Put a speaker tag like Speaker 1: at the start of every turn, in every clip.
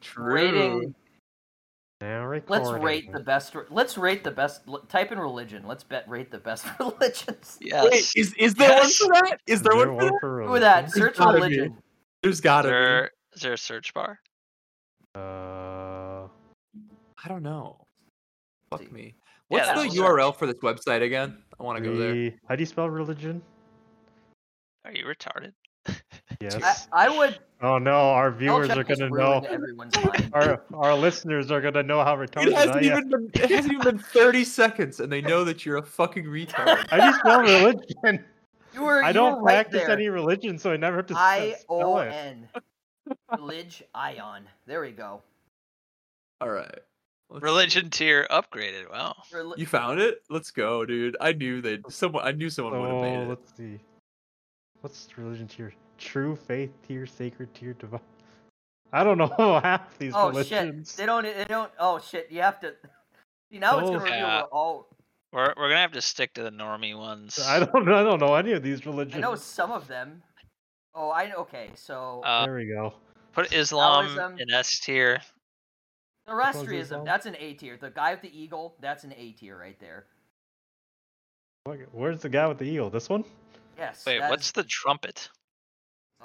Speaker 1: True. rating.
Speaker 2: Now recording.
Speaker 3: Let's rate the best. Let's rate the best. l- Type in religion. Let's bet rate the best religions.
Speaker 1: Yes.
Speaker 4: Wait, is is there
Speaker 1: Yes.
Speaker 5: Is
Speaker 4: one for that? Is there
Speaker 2: There
Speaker 4: one for that?
Speaker 2: for
Speaker 3: Look at that. Search
Speaker 2: religion.
Speaker 5: gotta be.
Speaker 3: religion.
Speaker 4: There's gotta
Speaker 1: Is
Speaker 4: be.
Speaker 1: there, is there a search bar?
Speaker 2: Uh,
Speaker 4: I don't know.
Speaker 3: See.
Speaker 4: Fuck me.
Speaker 1: Yeah,
Speaker 4: What's
Speaker 1: that's
Speaker 4: the
Speaker 1: what-
Speaker 4: URL for this website again? I want to go there.
Speaker 2: re- Uh, How do you spell religion?
Speaker 1: Are you retarded?
Speaker 2: Yes.
Speaker 3: I, I would.
Speaker 2: oh no, our viewers
Speaker 3: Belichick
Speaker 2: are
Speaker 3: just
Speaker 2: gonna know.
Speaker 3: ruined Everyone's mind.
Speaker 2: Our our listeners are gonna know how retarded
Speaker 4: It
Speaker 2: I
Speaker 4: hasn't
Speaker 2: am.
Speaker 4: even been it hasn't even been 30 seconds and they know that you're a fucking retard.
Speaker 2: I just spell religion.
Speaker 3: You were.
Speaker 2: I
Speaker 3: you
Speaker 2: don't
Speaker 3: were right
Speaker 2: practice
Speaker 3: there.
Speaker 2: any religion, so I never have to
Speaker 3: I
Speaker 2: s-
Speaker 3: O
Speaker 2: spell it.
Speaker 3: N. Religion ion. There we go.
Speaker 4: All right. Let's-
Speaker 1: Religion tier upgraded. Wow.
Speaker 3: Reli-
Speaker 4: You found it? Let's go, dude. I knew they someone I knew someone would have
Speaker 2: So
Speaker 4: made it.
Speaker 2: Oh, let's see. What's religion tier? True faith tier, sacred tier, divine. I don't know half these
Speaker 3: oh
Speaker 2: religions.
Speaker 3: shit! They don't. They don't. Oh shit! You have to. See now it's
Speaker 2: Oh,
Speaker 3: gonna reveal
Speaker 1: yeah.
Speaker 3: we're all.
Speaker 1: We're we're gonna have to stick to the normie ones.
Speaker 2: I don't. I don't know any of these
Speaker 3: I
Speaker 2: religions.
Speaker 3: know some of them. Oh, I okay. So
Speaker 1: Uh,
Speaker 2: there we go.
Speaker 1: Put Islam
Speaker 3: Taoism.
Speaker 1: in S tier.
Speaker 3: Zoroastrianism.
Speaker 2: Islam?
Speaker 3: That's an A tier. The guy with the eagle. That's an A tier right there.
Speaker 2: Fuck it, Where's the guy with the eel? This one?
Speaker 3: Yes.
Speaker 1: Wait,
Speaker 3: that
Speaker 1: what's
Speaker 3: is-
Speaker 1: the trumpet?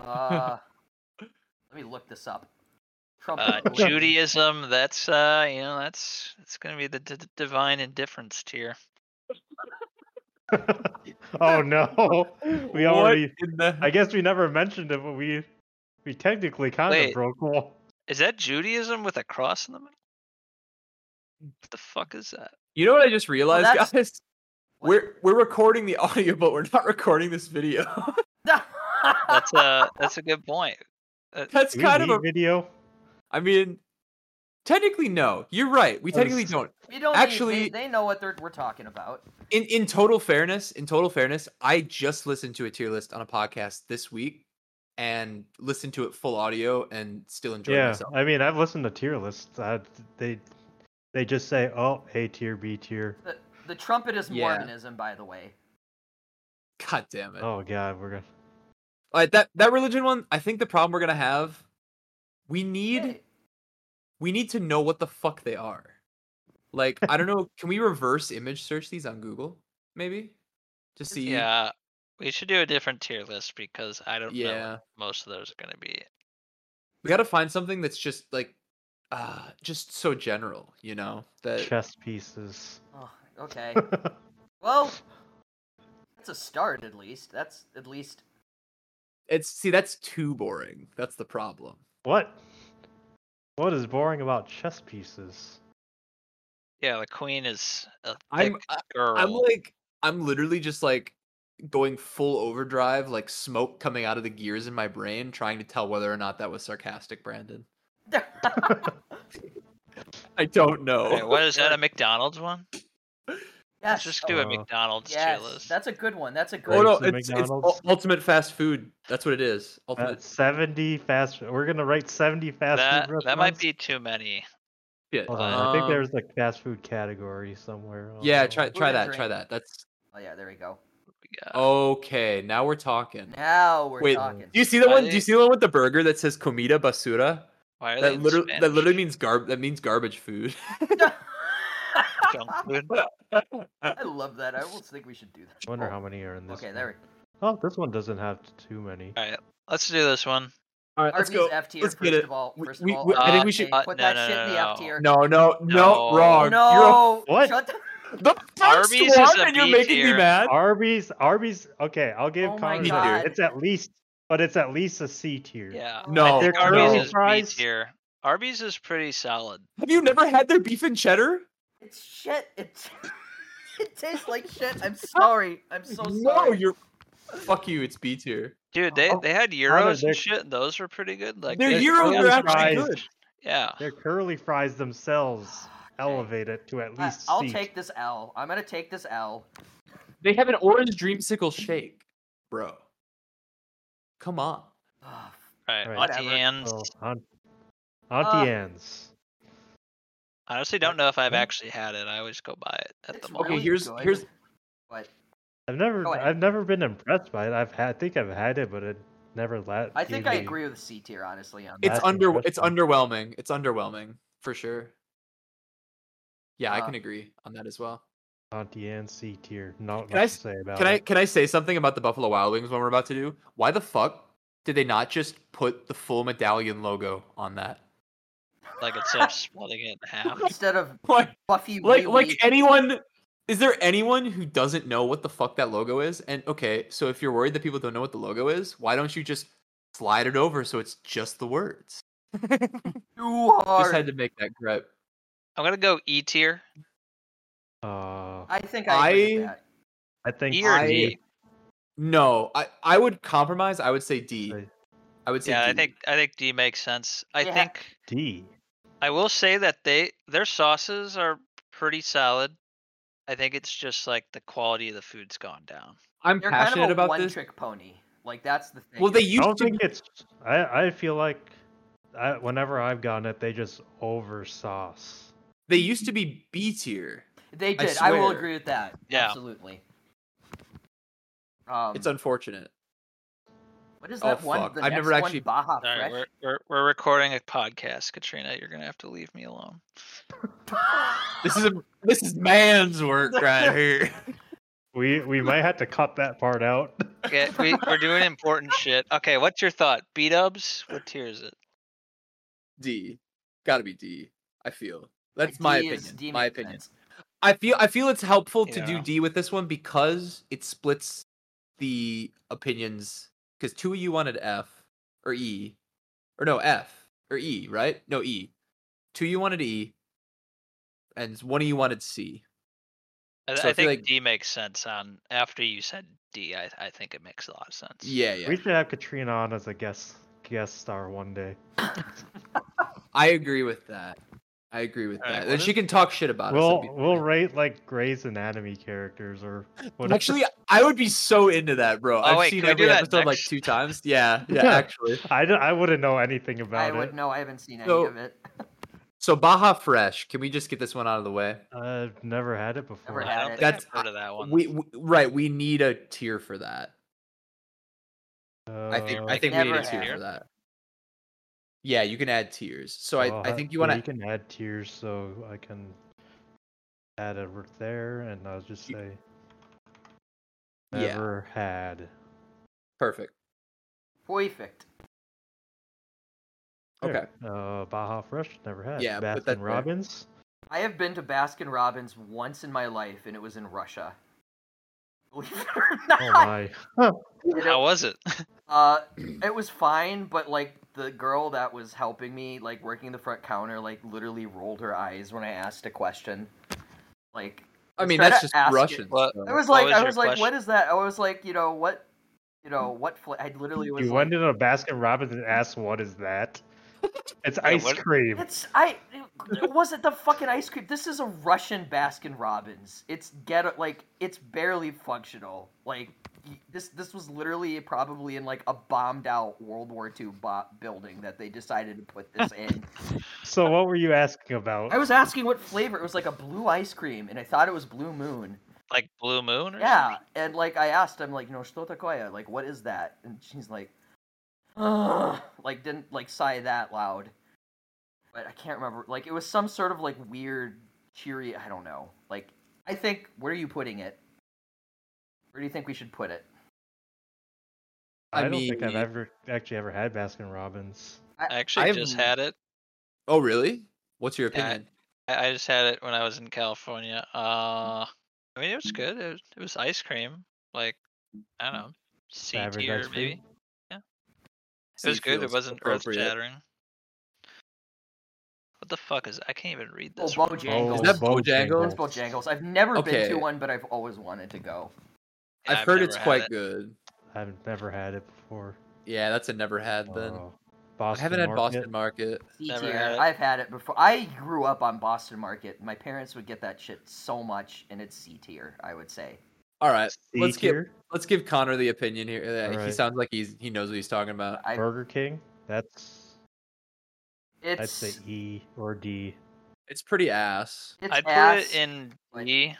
Speaker 3: Uh, let me look this up. Trump.
Speaker 1: Uh, Judaism. That's uh, you know, that's that's gonna be the d- d- divine indifference tier.
Speaker 2: oh no. Oh, We already.
Speaker 4: What in the
Speaker 2: I guess we never mentioned it, but we we technically kind
Speaker 1: Wait.
Speaker 2: of broke one.
Speaker 1: Is that Judaism with a cross in the middle? What the fuck is that?
Speaker 4: You know what I just realized,
Speaker 3: that's-
Speaker 4: guys?
Speaker 3: What?
Speaker 4: We're we're recording the audio, but we're not recording this video.
Speaker 1: That's a that's a good point.
Speaker 4: That's
Speaker 2: Do we
Speaker 4: kind of
Speaker 2: need
Speaker 4: a
Speaker 2: video.
Speaker 4: I mean technically no. You're right. We
Speaker 2: Oh, this-
Speaker 4: technically don't.
Speaker 3: you don't
Speaker 4: actually-
Speaker 3: need, they, they know what they're, we're talking about.
Speaker 4: in in total fairness, in total fairness, I just listened to a tier list on a podcast this week and listened to it full audio and still enjoyed
Speaker 2: Yeah,
Speaker 4: myself.
Speaker 2: I mean, I've listened to tier lists. Uh, they they just say, oh, A tier, B tier.
Speaker 3: The, the trumpet is
Speaker 4: Yeah.
Speaker 3: Mormonism, by the way.
Speaker 4: God damn it.
Speaker 2: Oh god, we're gonna.
Speaker 4: All right, that that religion one, I think the problem we're going to have we need
Speaker 3: Hey,
Speaker 4: we need to know what the fuck they are. Like, I don't know, can we reverse image search these on Google maybe? To see
Speaker 1: Yeah, we should do a different tier list because I don't know
Speaker 4: Yeah.
Speaker 1: what most of those are gonna be.
Speaker 4: We got to find something that's just like uh just so general, you know, that
Speaker 2: chess pieces.
Speaker 3: oh, okay.
Speaker 2: That's
Speaker 3: Well, that's a start at least. That's at least.
Speaker 4: it's see that's too boring. That's the problem.
Speaker 2: what? What is boring about chess pieces?
Speaker 1: Yeah, the queen is a thick
Speaker 4: I'm-
Speaker 1: girl.
Speaker 4: I'm like, I'm literally just like going full overdrive, like smoke coming out of the gears in my brain, trying to tell whether or not that was sarcastic, Brandon. I don't know.
Speaker 1: Okay, what is that? A McDonald's one?
Speaker 3: yes.
Speaker 1: Let's just do a
Speaker 2: Uh,
Speaker 1: McDonald's
Speaker 3: yes.
Speaker 1: tier list.
Speaker 3: That's a good one. That's a good
Speaker 4: Oh no,
Speaker 2: Grapes and
Speaker 4: it's, it's
Speaker 2: McDonald's?
Speaker 4: ul- ultimate fast food. That's what it is.
Speaker 2: Uh,
Speaker 4: Ultimate
Speaker 2: seventy fast. We're gonna write seventy fast
Speaker 1: that,
Speaker 2: food
Speaker 1: that might
Speaker 2: restaurants?
Speaker 1: be too many.
Speaker 4: shit.
Speaker 2: Hold on, I think
Speaker 4: Um,
Speaker 2: there's like fast food category somewhere.
Speaker 4: Yeah,
Speaker 2: Oh,
Speaker 4: try
Speaker 3: Food
Speaker 4: try
Speaker 3: and
Speaker 4: that. Try
Speaker 3: drink.
Speaker 4: that. That's
Speaker 3: Oh yeah, there we go.
Speaker 1: Yeah.
Speaker 4: okay. Now we're talking.
Speaker 3: Now we're
Speaker 4: Wait,
Speaker 3: talking.
Speaker 4: Do you see the
Speaker 1: Why
Speaker 4: one?
Speaker 1: they-
Speaker 4: Do you see the one with the burger that says "comida basura"?
Speaker 1: Why are they
Speaker 4: That
Speaker 1: in
Speaker 4: literally that
Speaker 1: Spanish?
Speaker 4: literally means garb. That means garbage food.
Speaker 1: junk food?
Speaker 3: I love that. I almost think we should do that.
Speaker 2: I wonder
Speaker 3: Oh,
Speaker 2: how many are in this.
Speaker 3: Okay,
Speaker 2: one.
Speaker 3: there we go.
Speaker 2: Oh, this one doesn't have too many.
Speaker 1: Let's do this one.
Speaker 4: All right,
Speaker 3: Arby's F tier.
Speaker 4: Let's
Speaker 3: First
Speaker 4: get it.
Speaker 3: of all,
Speaker 4: We-
Speaker 3: first
Speaker 4: we-
Speaker 3: of all,
Speaker 4: we- I think we
Speaker 3: uh,
Speaker 4: should-
Speaker 3: hey,
Speaker 1: Uh,
Speaker 3: put
Speaker 1: no,
Speaker 3: that
Speaker 1: no,
Speaker 3: shit in the
Speaker 1: no,
Speaker 3: F tier. Oh,
Speaker 4: No, no, no,
Speaker 1: No.
Speaker 4: wrong. You're a
Speaker 3: no.
Speaker 2: What?
Speaker 3: Shut the-
Speaker 4: The first
Speaker 1: Arby's is
Speaker 4: one,
Speaker 1: a
Speaker 4: and you're
Speaker 1: B
Speaker 4: making me
Speaker 1: tier.
Speaker 4: mad.
Speaker 2: Arby's, Arby's. Okay, I'll give
Speaker 3: Oh my
Speaker 2: Connor
Speaker 4: God.
Speaker 2: that. It's at least, but it's at least a C tier.
Speaker 1: Yeah. I
Speaker 4: No,
Speaker 1: think
Speaker 2: Their
Speaker 1: Arby's
Speaker 2: curly
Speaker 1: is
Speaker 2: fries?
Speaker 1: B tier. Arby's is pretty solid.
Speaker 4: Have you never had their beef and cheddar?
Speaker 3: It's shit. It's it tastes like shit. I'm sorry. I'm so sorry.
Speaker 4: no, you're. Fuck you. It's B tier.
Speaker 1: Dude, they,
Speaker 2: Oh,
Speaker 1: they had
Speaker 2: Connor,
Speaker 1: Euros
Speaker 2: they're-
Speaker 1: and shit, and those were pretty good. Like
Speaker 4: Their
Speaker 1: they-
Speaker 4: euros
Speaker 1: they
Speaker 4: are
Speaker 1: had
Speaker 4: actually
Speaker 1: fries.
Speaker 4: good.
Speaker 1: Yeah.
Speaker 2: Their curly fries themselves
Speaker 3: Oh, Okay.
Speaker 2: elevate it to at
Speaker 3: I,
Speaker 2: least.
Speaker 3: Uh, I'll
Speaker 2: C.
Speaker 3: take this L. I'm gonna take this L.
Speaker 4: They have an orange dreamsicle shake, bro. Come on.
Speaker 3: Ugh,
Speaker 1: Right.
Speaker 2: Right.
Speaker 1: Auntie
Speaker 3: Whatever.
Speaker 1: Anne's.
Speaker 2: Oh, Aunt, Auntie
Speaker 3: Uh,
Speaker 2: Anne's.
Speaker 1: I honestly don't know if I've
Speaker 2: Hmm?
Speaker 1: actually had it. I always go buy it at
Speaker 3: it's
Speaker 1: the mall.
Speaker 4: Okay,
Speaker 3: really
Speaker 4: here's-
Speaker 3: good,
Speaker 4: here's-
Speaker 3: But
Speaker 2: I've never,
Speaker 3: go ahead.
Speaker 2: I've never been impressed by it. I've had, I think I've had it, but it never let.
Speaker 3: I think
Speaker 2: you
Speaker 3: I
Speaker 2: leave.
Speaker 3: agree with C tier, honestly. On
Speaker 4: It's
Speaker 2: That's
Speaker 4: under it's
Speaker 2: interesting.
Speaker 4: underwhelming. It's underwhelming for sure. Yeah, I
Speaker 3: Uh,
Speaker 4: can agree on that as well.
Speaker 2: Auntie Anne C tier. Not
Speaker 4: Can
Speaker 2: much
Speaker 4: I
Speaker 2: to
Speaker 4: s-
Speaker 2: say about
Speaker 4: Can I
Speaker 2: it.
Speaker 4: can I say something about the Buffalo Wild Wings when we're about to do? Why the fuck did they not just put the full medallion logo on that?
Speaker 1: Like instead of splitting it in half.
Speaker 3: instead of
Speaker 4: Like
Speaker 3: Buffy.
Speaker 4: like
Speaker 3: Wheatley-
Speaker 4: like anyone is there anyone who doesn't know what the fuck that logo is? And okay, so if you're worried that people don't know what the logo is, why don't you just slide it over so it's just the words?
Speaker 3: too
Speaker 4: Just
Speaker 3: hard.
Speaker 4: had to make that gripe.
Speaker 1: I'm gonna go E tier.
Speaker 2: Uh,
Speaker 3: I think I, agree with
Speaker 4: I-
Speaker 3: that.
Speaker 2: I think
Speaker 1: E or
Speaker 4: I-
Speaker 1: D?
Speaker 4: No, I I would compromise. I would say D.
Speaker 2: Right.
Speaker 4: I would say
Speaker 1: Yeah, I
Speaker 4: D.
Speaker 1: think I think D makes sense. I
Speaker 3: Yeah.
Speaker 1: think
Speaker 2: D.
Speaker 1: I will say that they their sauces are pretty solid. I think it's just like the quality of the food's gone down.
Speaker 4: I'm
Speaker 3: They're
Speaker 4: passionate
Speaker 3: kind of a
Speaker 4: about this.
Speaker 3: one-trick pony. Like that's the thing.
Speaker 4: Well, they
Speaker 2: I don't
Speaker 4: used to
Speaker 2: think it's. I I feel like, I, whenever I've gotten it, they just over sauce.
Speaker 4: they used to be B tier.
Speaker 3: They
Speaker 4: I
Speaker 3: did. I, will
Speaker 4: swear.
Speaker 3: agree with that.
Speaker 1: Yeah.
Speaker 3: Absolutely. Um,
Speaker 4: It's unfortunate.
Speaker 3: what is
Speaker 4: oh,
Speaker 3: that one?
Speaker 4: fuck.
Speaker 3: The
Speaker 4: I've
Speaker 3: next
Speaker 4: never
Speaker 3: one,
Speaker 4: actually-
Speaker 3: Baja
Speaker 1: All
Speaker 3: Fresh.
Speaker 1: right, we're, we're we're recording a podcast, Katrina. You're gonna have to leave me alone.
Speaker 4: This is a this is man's work right here.
Speaker 2: We we might have to cut that part out.
Speaker 1: Yeah, we, we're doing important shit. Okay, what's your thought? B dubs? What tier is it?
Speaker 4: D, gotta be D. I feel that's my
Speaker 3: D is-
Speaker 4: opinion.
Speaker 3: D
Speaker 4: my
Speaker 3: makes
Speaker 4: opinion.
Speaker 3: sense.
Speaker 4: I feel I feel it's helpful to do
Speaker 1: Yeah.
Speaker 4: D with this one because it splits the opinions. Because two of you wanted F or E, or no F or E, right? No E. Two of you wanted E, and one of you wanted C.
Speaker 1: I,
Speaker 4: So I
Speaker 1: I
Speaker 4: feel
Speaker 1: think
Speaker 4: like-
Speaker 1: D makes sense. On after you said D, I I think it makes a lot of sense.
Speaker 4: Yeah, yeah.
Speaker 2: We should have Katrina on as a guest guest star one day.
Speaker 4: Oh, I agree with that. I agree with
Speaker 1: All right,
Speaker 4: that.
Speaker 1: what
Speaker 4: And she
Speaker 1: is-
Speaker 4: can talk shit about
Speaker 2: We'll
Speaker 4: us. That'd be
Speaker 2: we'll
Speaker 4: fine.
Speaker 2: rate like Grey's Anatomy characters or whatever.
Speaker 4: Actually, I would be so into that, bro. I've
Speaker 1: Oh, wait,
Speaker 4: seen
Speaker 1: can we do
Speaker 4: every
Speaker 1: that
Speaker 4: episode like
Speaker 1: next?
Speaker 4: two times. Yeah, yeah,
Speaker 2: Yeah.
Speaker 4: actually.
Speaker 2: I, don't- I wouldn't know anything
Speaker 3: I
Speaker 2: about
Speaker 3: would
Speaker 2: it.
Speaker 3: no, I haven't seen any
Speaker 4: So-
Speaker 3: of it.
Speaker 4: So Baja Fresh, can we just get this one out of the way?
Speaker 2: I've never had it before.
Speaker 1: I don't
Speaker 3: had it.
Speaker 1: think
Speaker 4: That's-
Speaker 1: I've heard of that one.
Speaker 4: We, we right, we need a tier for that. I think I
Speaker 1: Uh,
Speaker 4: think Oh, we need a
Speaker 3: Never
Speaker 4: tier
Speaker 3: had.
Speaker 4: for that. Yeah, you can add tiers. So I,
Speaker 2: I'll
Speaker 4: I
Speaker 2: ha-
Speaker 4: think you
Speaker 2: yeah,
Speaker 4: want
Speaker 2: You
Speaker 4: to
Speaker 2: can add tiers, so I can add it right there, and I'll just
Speaker 4: You-
Speaker 2: say
Speaker 4: Yeah.
Speaker 2: never had.
Speaker 4: perfect.
Speaker 3: Perfect.
Speaker 4: Okay.
Speaker 2: There. Uh, Baja Fresh never had.
Speaker 4: Yeah, put that there.
Speaker 2: Baskin Robbins.
Speaker 3: I have been to Baskin Robbins once in my life, and it was in Russia. Believe it or not.
Speaker 2: Oh my.
Speaker 3: you know,
Speaker 1: How was it?
Speaker 3: Uh, it was fine, but like the girl that was helping me, like working the front counter, like literally rolled her eyes when I asked a question. Like
Speaker 4: I mean
Speaker 3: try
Speaker 4: that's
Speaker 3: to
Speaker 4: just
Speaker 3: ask it.
Speaker 4: Russian.
Speaker 1: Well,
Speaker 4: so-
Speaker 3: I was
Speaker 1: What
Speaker 3: like,
Speaker 1: was
Speaker 3: I
Speaker 1: your
Speaker 3: was like, what is that? I was like, you know what, you know what? Fl-? I literally was.
Speaker 2: You
Speaker 3: like,
Speaker 2: went into a Baskin Robbins and asked, "What is that?" It's
Speaker 1: Yeah,
Speaker 2: ice
Speaker 1: what-
Speaker 2: cream.
Speaker 3: It's I. It wasn't the fucking ice cream. This is a Russian Baskin Robbins. It's get like it's barely functional. Like y- this this was literally probably in like a bombed out World War II bo- building that they decided to put this in.
Speaker 2: So what were you asking about?
Speaker 3: I was asking what flavor. It was like a blue ice cream, and I thought it was Blue Moon.
Speaker 1: Like Blue Moon? Or
Speaker 3: Yeah, and like I asked, I'm like, you know, что такое? Like, what is that? And she's like, Ugh. like didn't like sigh that loud, but I can't remember. Like it was some sort of like weird cheery. I don't know. Like I think where are you putting it? Where do you think we should put it?
Speaker 2: I
Speaker 4: I
Speaker 2: don't think I've
Speaker 4: mean-
Speaker 2: ever actually ever had Baskin Robbins.
Speaker 1: I actually
Speaker 4: I've-
Speaker 1: just had it.
Speaker 4: Oh really? What's your
Speaker 1: Yeah, I-
Speaker 4: opinion?
Speaker 1: I I just had it when I was in California. Uh, I mean, it was good. It was, it was ice cream. Like, I don't know, C
Speaker 2: Average
Speaker 1: tier
Speaker 2: ice cream?
Speaker 1: maybe. It was good. It wasn't earth shattering. What the fuck is? I can't even read
Speaker 3: Oh,
Speaker 1: this. one.
Speaker 3: Bojangles.
Speaker 4: Is that
Speaker 2: Bojangles.
Speaker 4: Bojangles?
Speaker 3: That's Bojangles. I've never been
Speaker 4: Okay.
Speaker 3: to one, but I've always wanted to go.
Speaker 1: Yeah,
Speaker 4: I've, heard
Speaker 1: never
Speaker 4: it's
Speaker 1: had
Speaker 4: quite
Speaker 1: it.
Speaker 4: good.
Speaker 2: I've never had it before.
Speaker 4: Yeah, that's a never had then.
Speaker 2: Oh,
Speaker 4: I
Speaker 2: Boston
Speaker 4: haven't had
Speaker 2: Market.
Speaker 4: Boston Market.
Speaker 3: C
Speaker 1: Never had
Speaker 3: tier.
Speaker 1: it.
Speaker 3: I've had it before. I grew up on Boston Market. My parents would get that shit so much, and it's C tier. I would say.
Speaker 4: All right,
Speaker 2: C
Speaker 4: let's get
Speaker 2: tier,
Speaker 4: let's give Connor the opinion here. Uh, He
Speaker 2: Alright.
Speaker 4: sounds like he's he knows what he's talking about.
Speaker 3: I,
Speaker 2: Burger King. That's
Speaker 3: it's
Speaker 2: I'd say E or D.
Speaker 4: It's pretty ass.
Speaker 3: It's
Speaker 1: I'd put
Speaker 3: ass.
Speaker 1: it in
Speaker 3: like-
Speaker 1: D.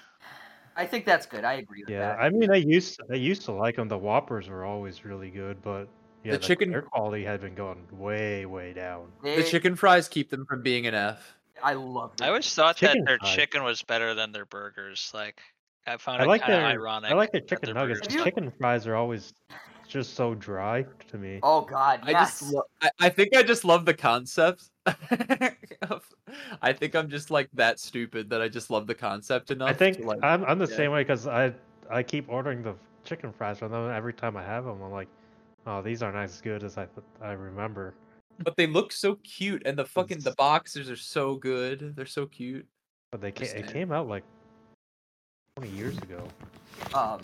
Speaker 3: I think that's good. I agree with
Speaker 2: Yeah,
Speaker 3: that.
Speaker 2: I mean, I used I used to like them. The Whoppers were always really good, but Yeah,
Speaker 4: The chicken-
Speaker 2: air quality had been going way, way down.
Speaker 3: They,
Speaker 4: The chicken fries keep them from being an F.
Speaker 3: I love.
Speaker 1: I always thought that
Speaker 2: Chicken
Speaker 1: their
Speaker 2: fries.
Speaker 1: chicken was better than their burgers. Like I found
Speaker 2: I
Speaker 1: it
Speaker 2: like
Speaker 1: kind of
Speaker 2: their-
Speaker 1: ironic.
Speaker 2: I like the
Speaker 1: that their
Speaker 2: chicken nuggets.
Speaker 1: burgers
Speaker 2: The
Speaker 3: Have you-
Speaker 1: suck.
Speaker 2: chicken fries are always just so dry to me.
Speaker 3: Oh God,
Speaker 4: I
Speaker 3: yes.
Speaker 4: just lo- I, I think I just love the concept. of- I think I'm just like that stupid that I just love the concept enough.
Speaker 2: I
Speaker 4: to,
Speaker 2: think
Speaker 4: like,
Speaker 2: I'm I'm the
Speaker 4: yeah.
Speaker 2: same way because I I keep ordering the chicken fries from them. and Every time I have them, I'm like, oh, these aren't as good as I th- I remember.
Speaker 4: but they look so cute and the fucking the
Speaker 2: It's-
Speaker 4: boxers are so good. They're so cute.
Speaker 2: But they ca- it
Speaker 4: Understand.
Speaker 2: came out like 20 years ago.
Speaker 3: Um,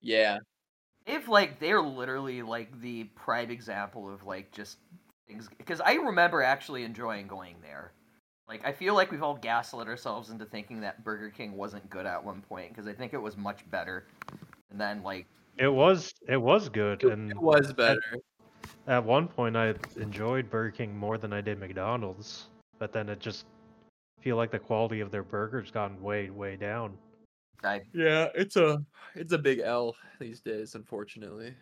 Speaker 4: Yeah.
Speaker 3: if like they're literally like the prime example of like just things because i remember actually enjoying going there like i feel like we've all gaslit ourselves into thinking that burger king wasn't good at one point because i think it was much better and then like
Speaker 2: It was it was good,
Speaker 4: It,
Speaker 2: and
Speaker 4: it was better.
Speaker 2: at one point I enjoyed Burger King more than I did McDonald's. But then it just feel like the quality of their burgers gotten way way down.
Speaker 3: i
Speaker 4: Yeah, it's a it's a big L these days, unfortunately.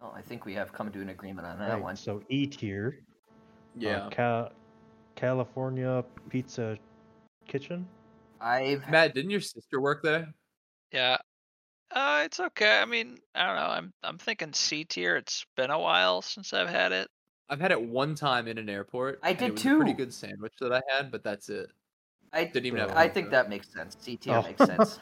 Speaker 3: well, i think we have come to an agreement on that
Speaker 2: Right,
Speaker 3: one
Speaker 2: So E tier,
Speaker 4: Yeah.
Speaker 2: uh, Ca- California Pizza Kitchen.
Speaker 3: i've
Speaker 4: Matt, didn't your sister work there?
Speaker 1: Yeah. Uh, it's okay. I mean, I don't know. I'm I'm thinking C tier. It's been a while since I've had it.
Speaker 4: I've had it one time in an airport.
Speaker 3: I
Speaker 4: and
Speaker 3: did
Speaker 4: it was a pretty
Speaker 3: too.
Speaker 4: good sandwich that I had, but that's it.
Speaker 3: i
Speaker 4: Didn't even have.
Speaker 3: I
Speaker 4: home
Speaker 3: think
Speaker 4: cooked.
Speaker 3: that makes sense. CTR
Speaker 2: Oh.
Speaker 3: makes sense.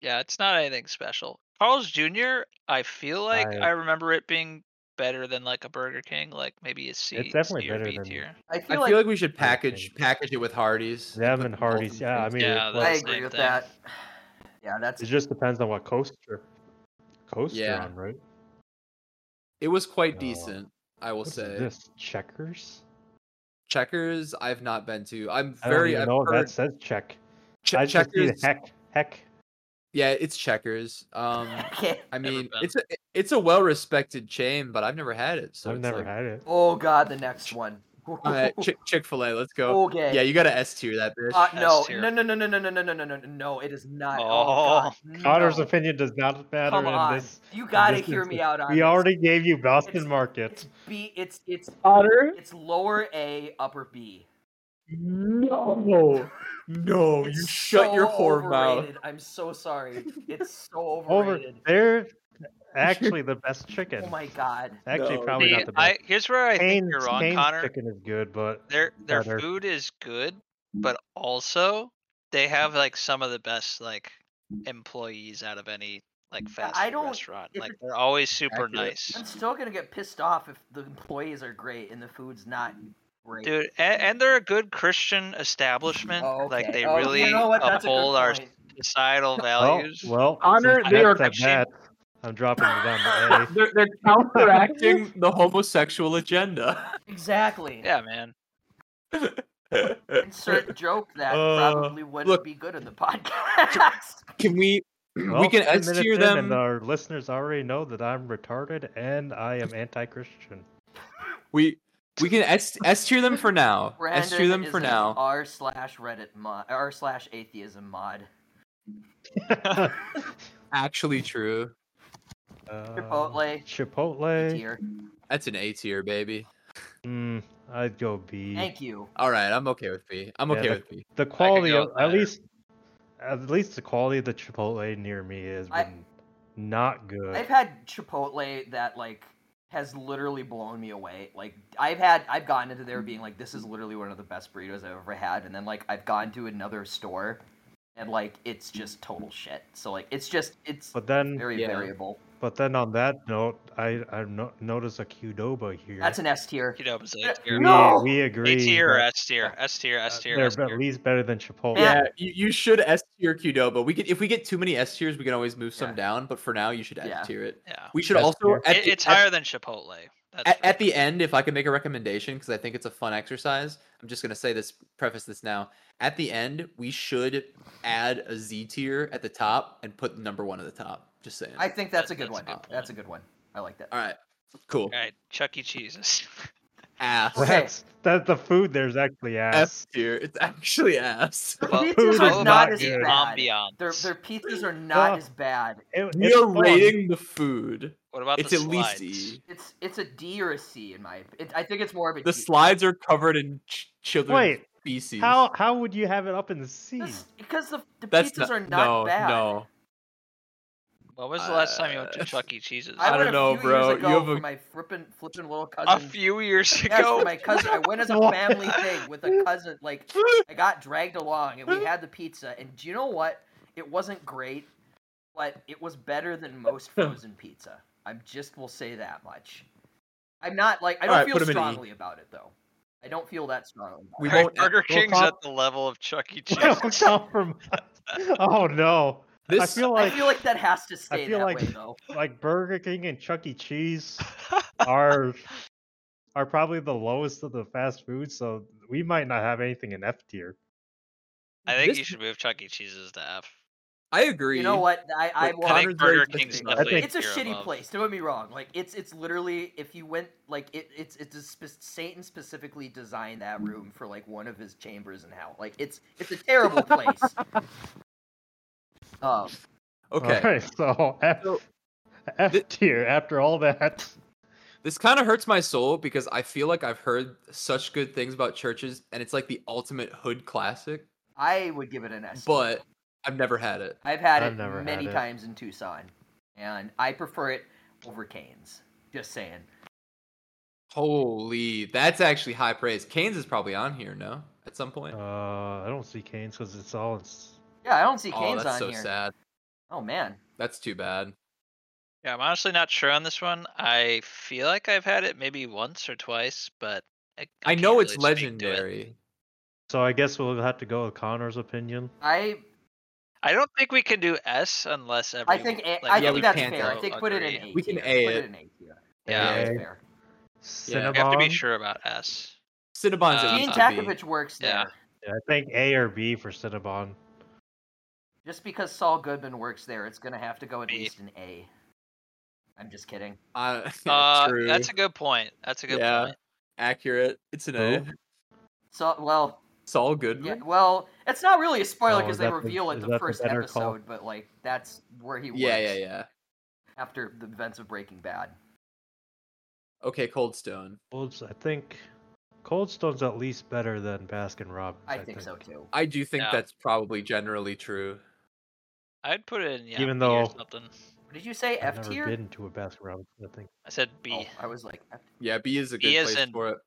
Speaker 1: Yeah, it's not anything special. Carl's Jr. I feel like
Speaker 2: I-
Speaker 1: I, remember it being better than like a Burger King, like maybe a C.
Speaker 2: definitely
Speaker 1: C or
Speaker 2: better
Speaker 1: B
Speaker 2: than-
Speaker 1: tier.
Speaker 3: I
Speaker 4: I
Speaker 3: feel
Speaker 4: feel
Speaker 3: like,
Speaker 4: like, we should package
Speaker 2: think-
Speaker 4: package it with Hardee's.
Speaker 2: Them
Speaker 4: put
Speaker 2: and
Speaker 4: them both
Speaker 2: Hardee's,
Speaker 4: in
Speaker 2: yeah, I
Speaker 4: things.
Speaker 2: mean-
Speaker 1: Yeah,
Speaker 2: it
Speaker 3: I
Speaker 1: that's
Speaker 2: was-
Speaker 1: the
Speaker 3: agree
Speaker 1: same
Speaker 3: with
Speaker 1: thing.
Speaker 3: that. Yeah, that's
Speaker 2: It just depends on what coaster coaster
Speaker 4: Yeah.
Speaker 2: on, right?
Speaker 4: it was quite
Speaker 2: No.
Speaker 4: decent. I will
Speaker 2: What is
Speaker 4: say.
Speaker 2: this checkers.
Speaker 4: Checkers, I've not been to. I'm
Speaker 2: I
Speaker 4: very.
Speaker 2: don't
Speaker 4: I've
Speaker 2: even know if
Speaker 4: heard
Speaker 2: that says check.
Speaker 4: che-
Speaker 2: I just see
Speaker 4: checkers.
Speaker 2: the heck heck.
Speaker 4: Yeah, it's Checkers. Um,
Speaker 3: okay.
Speaker 4: I
Speaker 1: Never
Speaker 4: mean,
Speaker 1: been.
Speaker 4: it's a it's a well respected chain, but I've never had it. So
Speaker 2: I've
Speaker 4: it's
Speaker 2: never
Speaker 4: like,
Speaker 2: had it.
Speaker 3: Oh god, the next one.
Speaker 4: All right, Chick Fil A, let's go.
Speaker 3: okay.
Speaker 4: Yeah, you got to S tier that bitch.
Speaker 3: Oh, Uh, no,
Speaker 1: S tier.
Speaker 3: no, no, no, no, no, no, no, no, no, no, no, it is not. Oh,
Speaker 1: Oh,
Speaker 3: God,
Speaker 2: Connor's
Speaker 3: no.
Speaker 2: opinion does not matter
Speaker 3: Come
Speaker 2: in
Speaker 3: on.
Speaker 2: this.
Speaker 3: You gotta
Speaker 2: this
Speaker 3: hear
Speaker 2: is-
Speaker 3: me out on
Speaker 2: We
Speaker 3: this.
Speaker 2: already gave you Boston
Speaker 3: It's- It's
Speaker 2: Market.
Speaker 3: B, it's, it's,
Speaker 4: Otter.
Speaker 3: it's lower A, upper B.
Speaker 4: No, no,
Speaker 3: It's
Speaker 4: you shut
Speaker 3: so
Speaker 4: your whore mouth.
Speaker 3: overrated. I'm so sorry. It's so
Speaker 2: Over,
Speaker 3: overrated.
Speaker 2: they're actually the best chicken.
Speaker 3: Oh my god.
Speaker 2: Actually,
Speaker 4: No.
Speaker 2: probably
Speaker 1: See,
Speaker 2: not the best.
Speaker 1: I, here's where I think
Speaker 2: Cane's-
Speaker 1: you're wrong,
Speaker 2: Cane's
Speaker 1: Connor.
Speaker 2: chicken is good, but
Speaker 1: Their their
Speaker 2: better.
Speaker 1: food is good, but also they have like some of the best like employees out of any like fast
Speaker 3: I
Speaker 1: food
Speaker 3: don't-
Speaker 1: restaurant.
Speaker 3: if
Speaker 1: Like
Speaker 3: it's
Speaker 1: they're always super
Speaker 4: accurate.
Speaker 1: nice.
Speaker 3: I'm still gonna get pissed off if the employees are great and the food's not great.
Speaker 1: dude and, and they're a good christian establishment
Speaker 3: Oh,
Speaker 1: like
Speaker 3: okay.
Speaker 1: they
Speaker 3: Oh,
Speaker 1: really
Speaker 3: you know what? That's a good
Speaker 1: uphold our
Speaker 3: point.
Speaker 1: societal
Speaker 2: Well,
Speaker 1: values
Speaker 2: well,
Speaker 4: Honor,
Speaker 2: since
Speaker 4: they
Speaker 2: Matt
Speaker 4: are
Speaker 2: said
Speaker 1: actually-
Speaker 2: that, I'm dropping it down to
Speaker 4: They're, they're counteracting the homosexual agenda.
Speaker 3: Exactly.
Speaker 1: yeah man
Speaker 3: Insert joke that
Speaker 4: Uh,
Speaker 3: probably wouldn't
Speaker 4: look.
Speaker 3: be good in the podcast.
Speaker 4: Can we?
Speaker 2: A. Well,
Speaker 4: we can
Speaker 2: 10
Speaker 4: S tier
Speaker 2: minutes in,
Speaker 4: them.
Speaker 2: And our listeners already know that I'm retarded and I am anti-Christian.
Speaker 4: We we can S S tier them for now. S tier
Speaker 3: Brandon
Speaker 4: them for
Speaker 3: is an
Speaker 4: now.
Speaker 3: R slash Reddit mod, R slash atheism mod.
Speaker 2: Uh,
Speaker 4: Actually true.
Speaker 2: Chipotle.
Speaker 3: Chipotle
Speaker 2: Chipotle.
Speaker 3: tier.
Speaker 4: That's an A tier, baby.
Speaker 2: Mm, I'd go B.
Speaker 3: Thank you.
Speaker 4: All right, I'm okay with B. I'm
Speaker 2: Yeah,
Speaker 4: okay
Speaker 2: the-
Speaker 4: with B.
Speaker 2: The quality
Speaker 1: go
Speaker 2: of
Speaker 1: with
Speaker 2: at
Speaker 1: that.
Speaker 2: least at least the quality of the Chipotle near me has been
Speaker 3: I-
Speaker 2: not good.
Speaker 3: I've had Chipotle that like has literally blown me away. Like I've had I've gone into there being like this is literally one of the best burritos I've ever had and then like I've gone to another store and like it's just total shit. So like it's just it's
Speaker 2: but then
Speaker 3: very
Speaker 4: Yeah.
Speaker 3: variable.
Speaker 2: but then on that note, I I no, notice a Qdoba here.
Speaker 3: That's an S tier.
Speaker 1: you know it's
Speaker 3: Yeah,
Speaker 1: a
Speaker 2: we,
Speaker 1: tier
Speaker 3: No!
Speaker 2: we
Speaker 1: a
Speaker 2: agree.
Speaker 1: tier or
Speaker 2: that,
Speaker 1: s tier s tier
Speaker 2: uh,
Speaker 1: s tier
Speaker 2: They're
Speaker 1: S
Speaker 2: at
Speaker 1: tier.
Speaker 2: least better than Chipotle.
Speaker 4: Yeah, you, you should S tier Qdoba. We can if we get too many S tiers, we can always move some
Speaker 3: Yeah.
Speaker 4: down. But for now, you should S
Speaker 3: Yeah.
Speaker 4: tier it.
Speaker 1: yeah
Speaker 4: We should
Speaker 2: S
Speaker 4: also
Speaker 2: tier.
Speaker 4: at
Speaker 1: It-
Speaker 4: the-
Speaker 1: it's
Speaker 4: at-
Speaker 1: higher than chipotle that's
Speaker 4: at,
Speaker 1: for
Speaker 4: at the
Speaker 1: sure.
Speaker 4: end, if I can make a recommendation, because I think it's a fun exercise, I'm just gonna say this, preface this now. At the end, we should add a Z tier at the top and put number one at the top. Just saying.
Speaker 3: I think that's a
Speaker 1: That-
Speaker 3: good
Speaker 1: that's
Speaker 3: one.
Speaker 1: a good
Speaker 3: That's a
Speaker 1: point.
Speaker 3: good one. I like that.
Speaker 4: All right, cool.
Speaker 1: all right chuck e cheese's
Speaker 4: ass.
Speaker 3: Okay.
Speaker 2: That's that the food there's actually ass.
Speaker 4: F tier. It's actually ass.
Speaker 3: Their
Speaker 1: Well,
Speaker 2: food
Speaker 3: pizzas
Speaker 2: is
Speaker 3: are
Speaker 2: not
Speaker 3: not as
Speaker 2: good.
Speaker 3: bad.
Speaker 1: Ambiance.
Speaker 3: Their their pizzas are not
Speaker 2: Fuck.
Speaker 3: as bad.
Speaker 2: It-
Speaker 4: We
Speaker 2: it's
Speaker 4: are
Speaker 2: fun.
Speaker 4: rating the food.
Speaker 1: What about
Speaker 4: It's
Speaker 1: the
Speaker 4: at least
Speaker 1: slides?
Speaker 4: E.
Speaker 3: It's it's a D or a C in my. It, I think it's more of a
Speaker 4: The
Speaker 3: D.
Speaker 4: slides are covered in ch- children's
Speaker 2: Wait,
Speaker 4: feces.
Speaker 2: How how would you have it up in the sea?
Speaker 3: This- because the, the
Speaker 4: That's
Speaker 3: pizzas are not
Speaker 4: no,
Speaker 3: bad.
Speaker 4: no.
Speaker 1: When was the last time you went
Speaker 4: Uh,
Speaker 1: to Chuck E. Cheese's?
Speaker 4: I
Speaker 3: I, went
Speaker 4: don't know,
Speaker 3: a few
Speaker 4: bro. You
Speaker 3: Years ago
Speaker 4: have a-
Speaker 3: for my flippin' flippin' little
Speaker 1: a
Speaker 3: cousin.
Speaker 1: few years
Speaker 3: Yes, for
Speaker 1: ago.
Speaker 3: my cousin. I went as a
Speaker 2: What?
Speaker 3: family thing with a cousin. Like I got dragged along, and we had the pizza. And do you know what? It wasn't great, but it was better than most frozen pizza. I just will say that much. I'm not like I don't
Speaker 4: Alright, put
Speaker 3: feel
Speaker 4: 'em in E.
Speaker 3: strongly about it though. I don't feel that strongly. About
Speaker 4: We
Speaker 3: it.
Speaker 1: Alright,
Speaker 4: won't-
Speaker 1: Burger
Speaker 2: we'll
Speaker 1: King's
Speaker 2: talk-
Speaker 1: at the level of Chuck E.
Speaker 2: Don't
Speaker 1: Cheese's.
Speaker 2: compromise. Oh no! I
Speaker 4: This
Speaker 2: feel
Speaker 3: I
Speaker 2: like
Speaker 3: feel like that has to stay
Speaker 2: feel
Speaker 3: that
Speaker 2: like-
Speaker 3: way though.
Speaker 2: like Burger King and Chuck E. Cheese are are probably the lowest of the fast food, so we might not have anything in F tier.
Speaker 1: I think
Speaker 4: This-
Speaker 1: you should move Chuck E. Cheese's to F.
Speaker 4: I agree.
Speaker 3: You know what? I I,
Speaker 4: But
Speaker 3: will-
Speaker 1: I
Speaker 4: Connor's
Speaker 1: think Burger
Speaker 4: very
Speaker 1: King's
Speaker 4: distinct. I
Speaker 1: definitely.
Speaker 2: think-
Speaker 1: a
Speaker 3: it's a
Speaker 1: tier
Speaker 3: shitty
Speaker 1: above.
Speaker 3: place. Don't get me wrong. Like it's it's literally if you went like it it's it's a spe- Satan specifically designed that room for like one of his chambers in hell. Like it's it's a terrible place. Um,
Speaker 4: Okay.
Speaker 2: Alright, so F,
Speaker 4: So-
Speaker 2: F
Speaker 4: Thi-
Speaker 2: tier after all that.
Speaker 4: This kind of hurts my soul because I feel like I've heard such good things about churches, and it's like the ultimate hood classic.
Speaker 3: I would give it an S. tier.
Speaker 4: But I've never had it.
Speaker 3: I've had
Speaker 2: I've
Speaker 3: it
Speaker 2: never had
Speaker 3: many
Speaker 2: it.
Speaker 3: times in Tucson, and I prefer it over Canes. Just saying.
Speaker 4: Holy, that's actually high praise. Canes is probably on here, no? At some
Speaker 2: Uh,
Speaker 4: point.
Speaker 2: I don't see Canes because it's all. In... s-
Speaker 3: Yeah, I don't see
Speaker 4: oh,
Speaker 3: Canes
Speaker 4: that's
Speaker 3: on
Speaker 4: so
Speaker 3: here.
Speaker 4: sad.
Speaker 3: Oh man.
Speaker 4: That's too bad.
Speaker 1: Yeah, I'm honestly not sure on this one. I feel like I've had it maybe once or twice, but I,
Speaker 4: I,
Speaker 1: can't
Speaker 4: know it's
Speaker 1: really speak to it.
Speaker 4: legendary.
Speaker 2: So I guess we'll have to go with Connor's opinion.
Speaker 3: I
Speaker 1: I don't think we can do S unless every.
Speaker 3: I think A, I
Speaker 4: yeah,
Speaker 3: think
Speaker 4: we
Speaker 3: that's
Speaker 4: can't
Speaker 3: fair. I
Speaker 4: though,
Speaker 3: think put it in A.
Speaker 4: We can
Speaker 3: tier.
Speaker 4: A
Speaker 3: put
Speaker 4: it.
Speaker 3: in A tier.
Speaker 1: Yeah,
Speaker 3: That's
Speaker 2: Okay.
Speaker 3: fair.
Speaker 2: Cinnabon.
Speaker 1: we have to be sure about S.
Speaker 4: Cinnabon's
Speaker 1: Uh,
Speaker 4: at
Speaker 3: Dean
Speaker 4: least a B.
Speaker 3: Takovich works there.
Speaker 1: Yeah.
Speaker 2: I think A or B for Cinnabon.
Speaker 3: Just because Saul Goodman works there, it's gonna have to go at
Speaker 1: B.
Speaker 3: least an A. I'm just kidding.
Speaker 4: Uh,
Speaker 1: Uh,
Speaker 4: true.
Speaker 1: that's a good point. That's a good
Speaker 4: Yeah.
Speaker 1: point.
Speaker 4: accurate. It's an A.
Speaker 3: So well,
Speaker 4: Saul Goodman.
Speaker 3: yeah, well, it's not really a spoiler
Speaker 2: Oh,
Speaker 3: because
Speaker 2: is
Speaker 3: they
Speaker 2: that the-
Speaker 3: reveal it
Speaker 2: is
Speaker 3: the
Speaker 2: that the
Speaker 3: first
Speaker 2: Better
Speaker 3: episode,
Speaker 2: Call?
Speaker 3: but like that's where he works
Speaker 4: yeah, yeah, yeah.
Speaker 3: after the events of Breaking Bad.
Speaker 4: Okay, Cold Stone.
Speaker 2: Colds, I think Cold Stone's at least better than Baskin Robbins.
Speaker 3: I, think, so too.
Speaker 4: I do think
Speaker 1: Yeah.
Speaker 4: that's probably generally true.
Speaker 1: I'd put it in yeah,
Speaker 2: Even
Speaker 1: B or
Speaker 2: though-
Speaker 1: something.
Speaker 3: Did you say F
Speaker 2: I've never
Speaker 3: tier?
Speaker 2: been to a Baskin Robbins. I think.
Speaker 1: I said
Speaker 3: Oh,
Speaker 1: B.
Speaker 3: I was like, F-
Speaker 4: Yeah, B is a
Speaker 1: B
Speaker 4: good
Speaker 1: is
Speaker 4: place
Speaker 1: in-
Speaker 4: for it.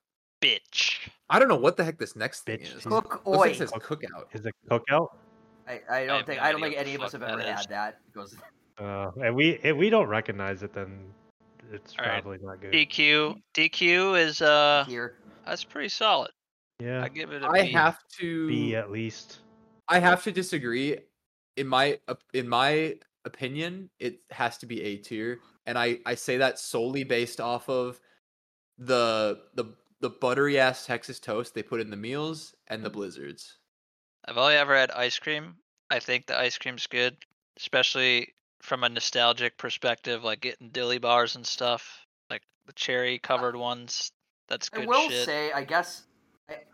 Speaker 1: Bitch.
Speaker 4: I don't know what the heck this next thing
Speaker 2: Bitch.
Speaker 4: is.
Speaker 2: Cool.
Speaker 4: Looks
Speaker 3: cook
Speaker 4: like
Speaker 3: oi.
Speaker 4: it says cookout.
Speaker 2: Is it cookout?
Speaker 3: I, I don't
Speaker 1: have
Speaker 3: think
Speaker 1: no
Speaker 3: I don't think
Speaker 1: idea what the
Speaker 3: any of us have
Speaker 1: fuck
Speaker 3: ever
Speaker 1: that is.
Speaker 3: had that. It goes
Speaker 2: Uh, and we if we don't recognize it, then it's
Speaker 1: All right.
Speaker 2: probably not good.
Speaker 1: DQ. DQ is uh,
Speaker 3: here.
Speaker 1: that's pretty solid.
Speaker 2: yeah,
Speaker 1: I give it a B.
Speaker 4: I have to.
Speaker 2: B at least.
Speaker 4: I have to disagree. In my op- in my opinion, it has to be A tier, and I I say that solely based off of the the the buttery ass Texas toast they put in the meals and the blizzards.
Speaker 1: I've only ever had ice cream. I think the ice cream's good, especially from a nostalgic perspective, like getting dilly bars and stuff, like the cherry covered ones. That's
Speaker 3: I
Speaker 1: good
Speaker 3: will
Speaker 1: shit.
Speaker 3: say, I guess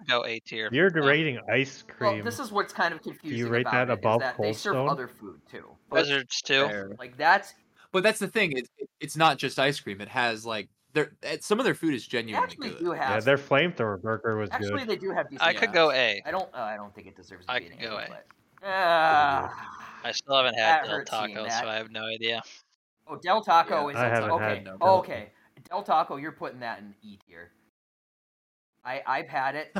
Speaker 1: Go A tier.
Speaker 2: You're
Speaker 1: No,
Speaker 2: rating ice cream.
Speaker 3: Well, this is what's kind of confusing.
Speaker 2: rate
Speaker 3: about
Speaker 2: that
Speaker 3: it, is
Speaker 2: above
Speaker 3: that They
Speaker 2: Cold
Speaker 3: serve
Speaker 2: Stone?
Speaker 3: other food too. But,
Speaker 1: Blizzards too.
Speaker 4: Fair.
Speaker 3: like that's
Speaker 4: But that's the thing. It's it, it's not just ice cream. It has like their eh, some of their food is
Speaker 3: they
Speaker 4: genuinely
Speaker 3: actually
Speaker 4: good.
Speaker 3: do
Speaker 2: yeah,
Speaker 3: have.
Speaker 2: their flamethrower burger was
Speaker 3: actually,
Speaker 2: good.
Speaker 3: they do have decent.
Speaker 1: I could go A.
Speaker 3: I don't. Uh, I don't think it deserves. To
Speaker 1: I
Speaker 3: be an
Speaker 1: could go
Speaker 3: A,
Speaker 1: A.
Speaker 3: But, Ah.
Speaker 1: I still haven't had
Speaker 3: That
Speaker 1: Del
Speaker 3: hurts seeing
Speaker 1: Taco,
Speaker 3: that.
Speaker 1: so I have no idea.
Speaker 3: oh, Del
Speaker 4: Yeah,
Speaker 3: Taco is
Speaker 2: I
Speaker 3: on top-
Speaker 2: haven't
Speaker 3: okay.
Speaker 2: had
Speaker 4: Del
Speaker 3: oh,
Speaker 4: Taco.
Speaker 3: okay, Del Taco, you're putting that in E tier. I I've had it.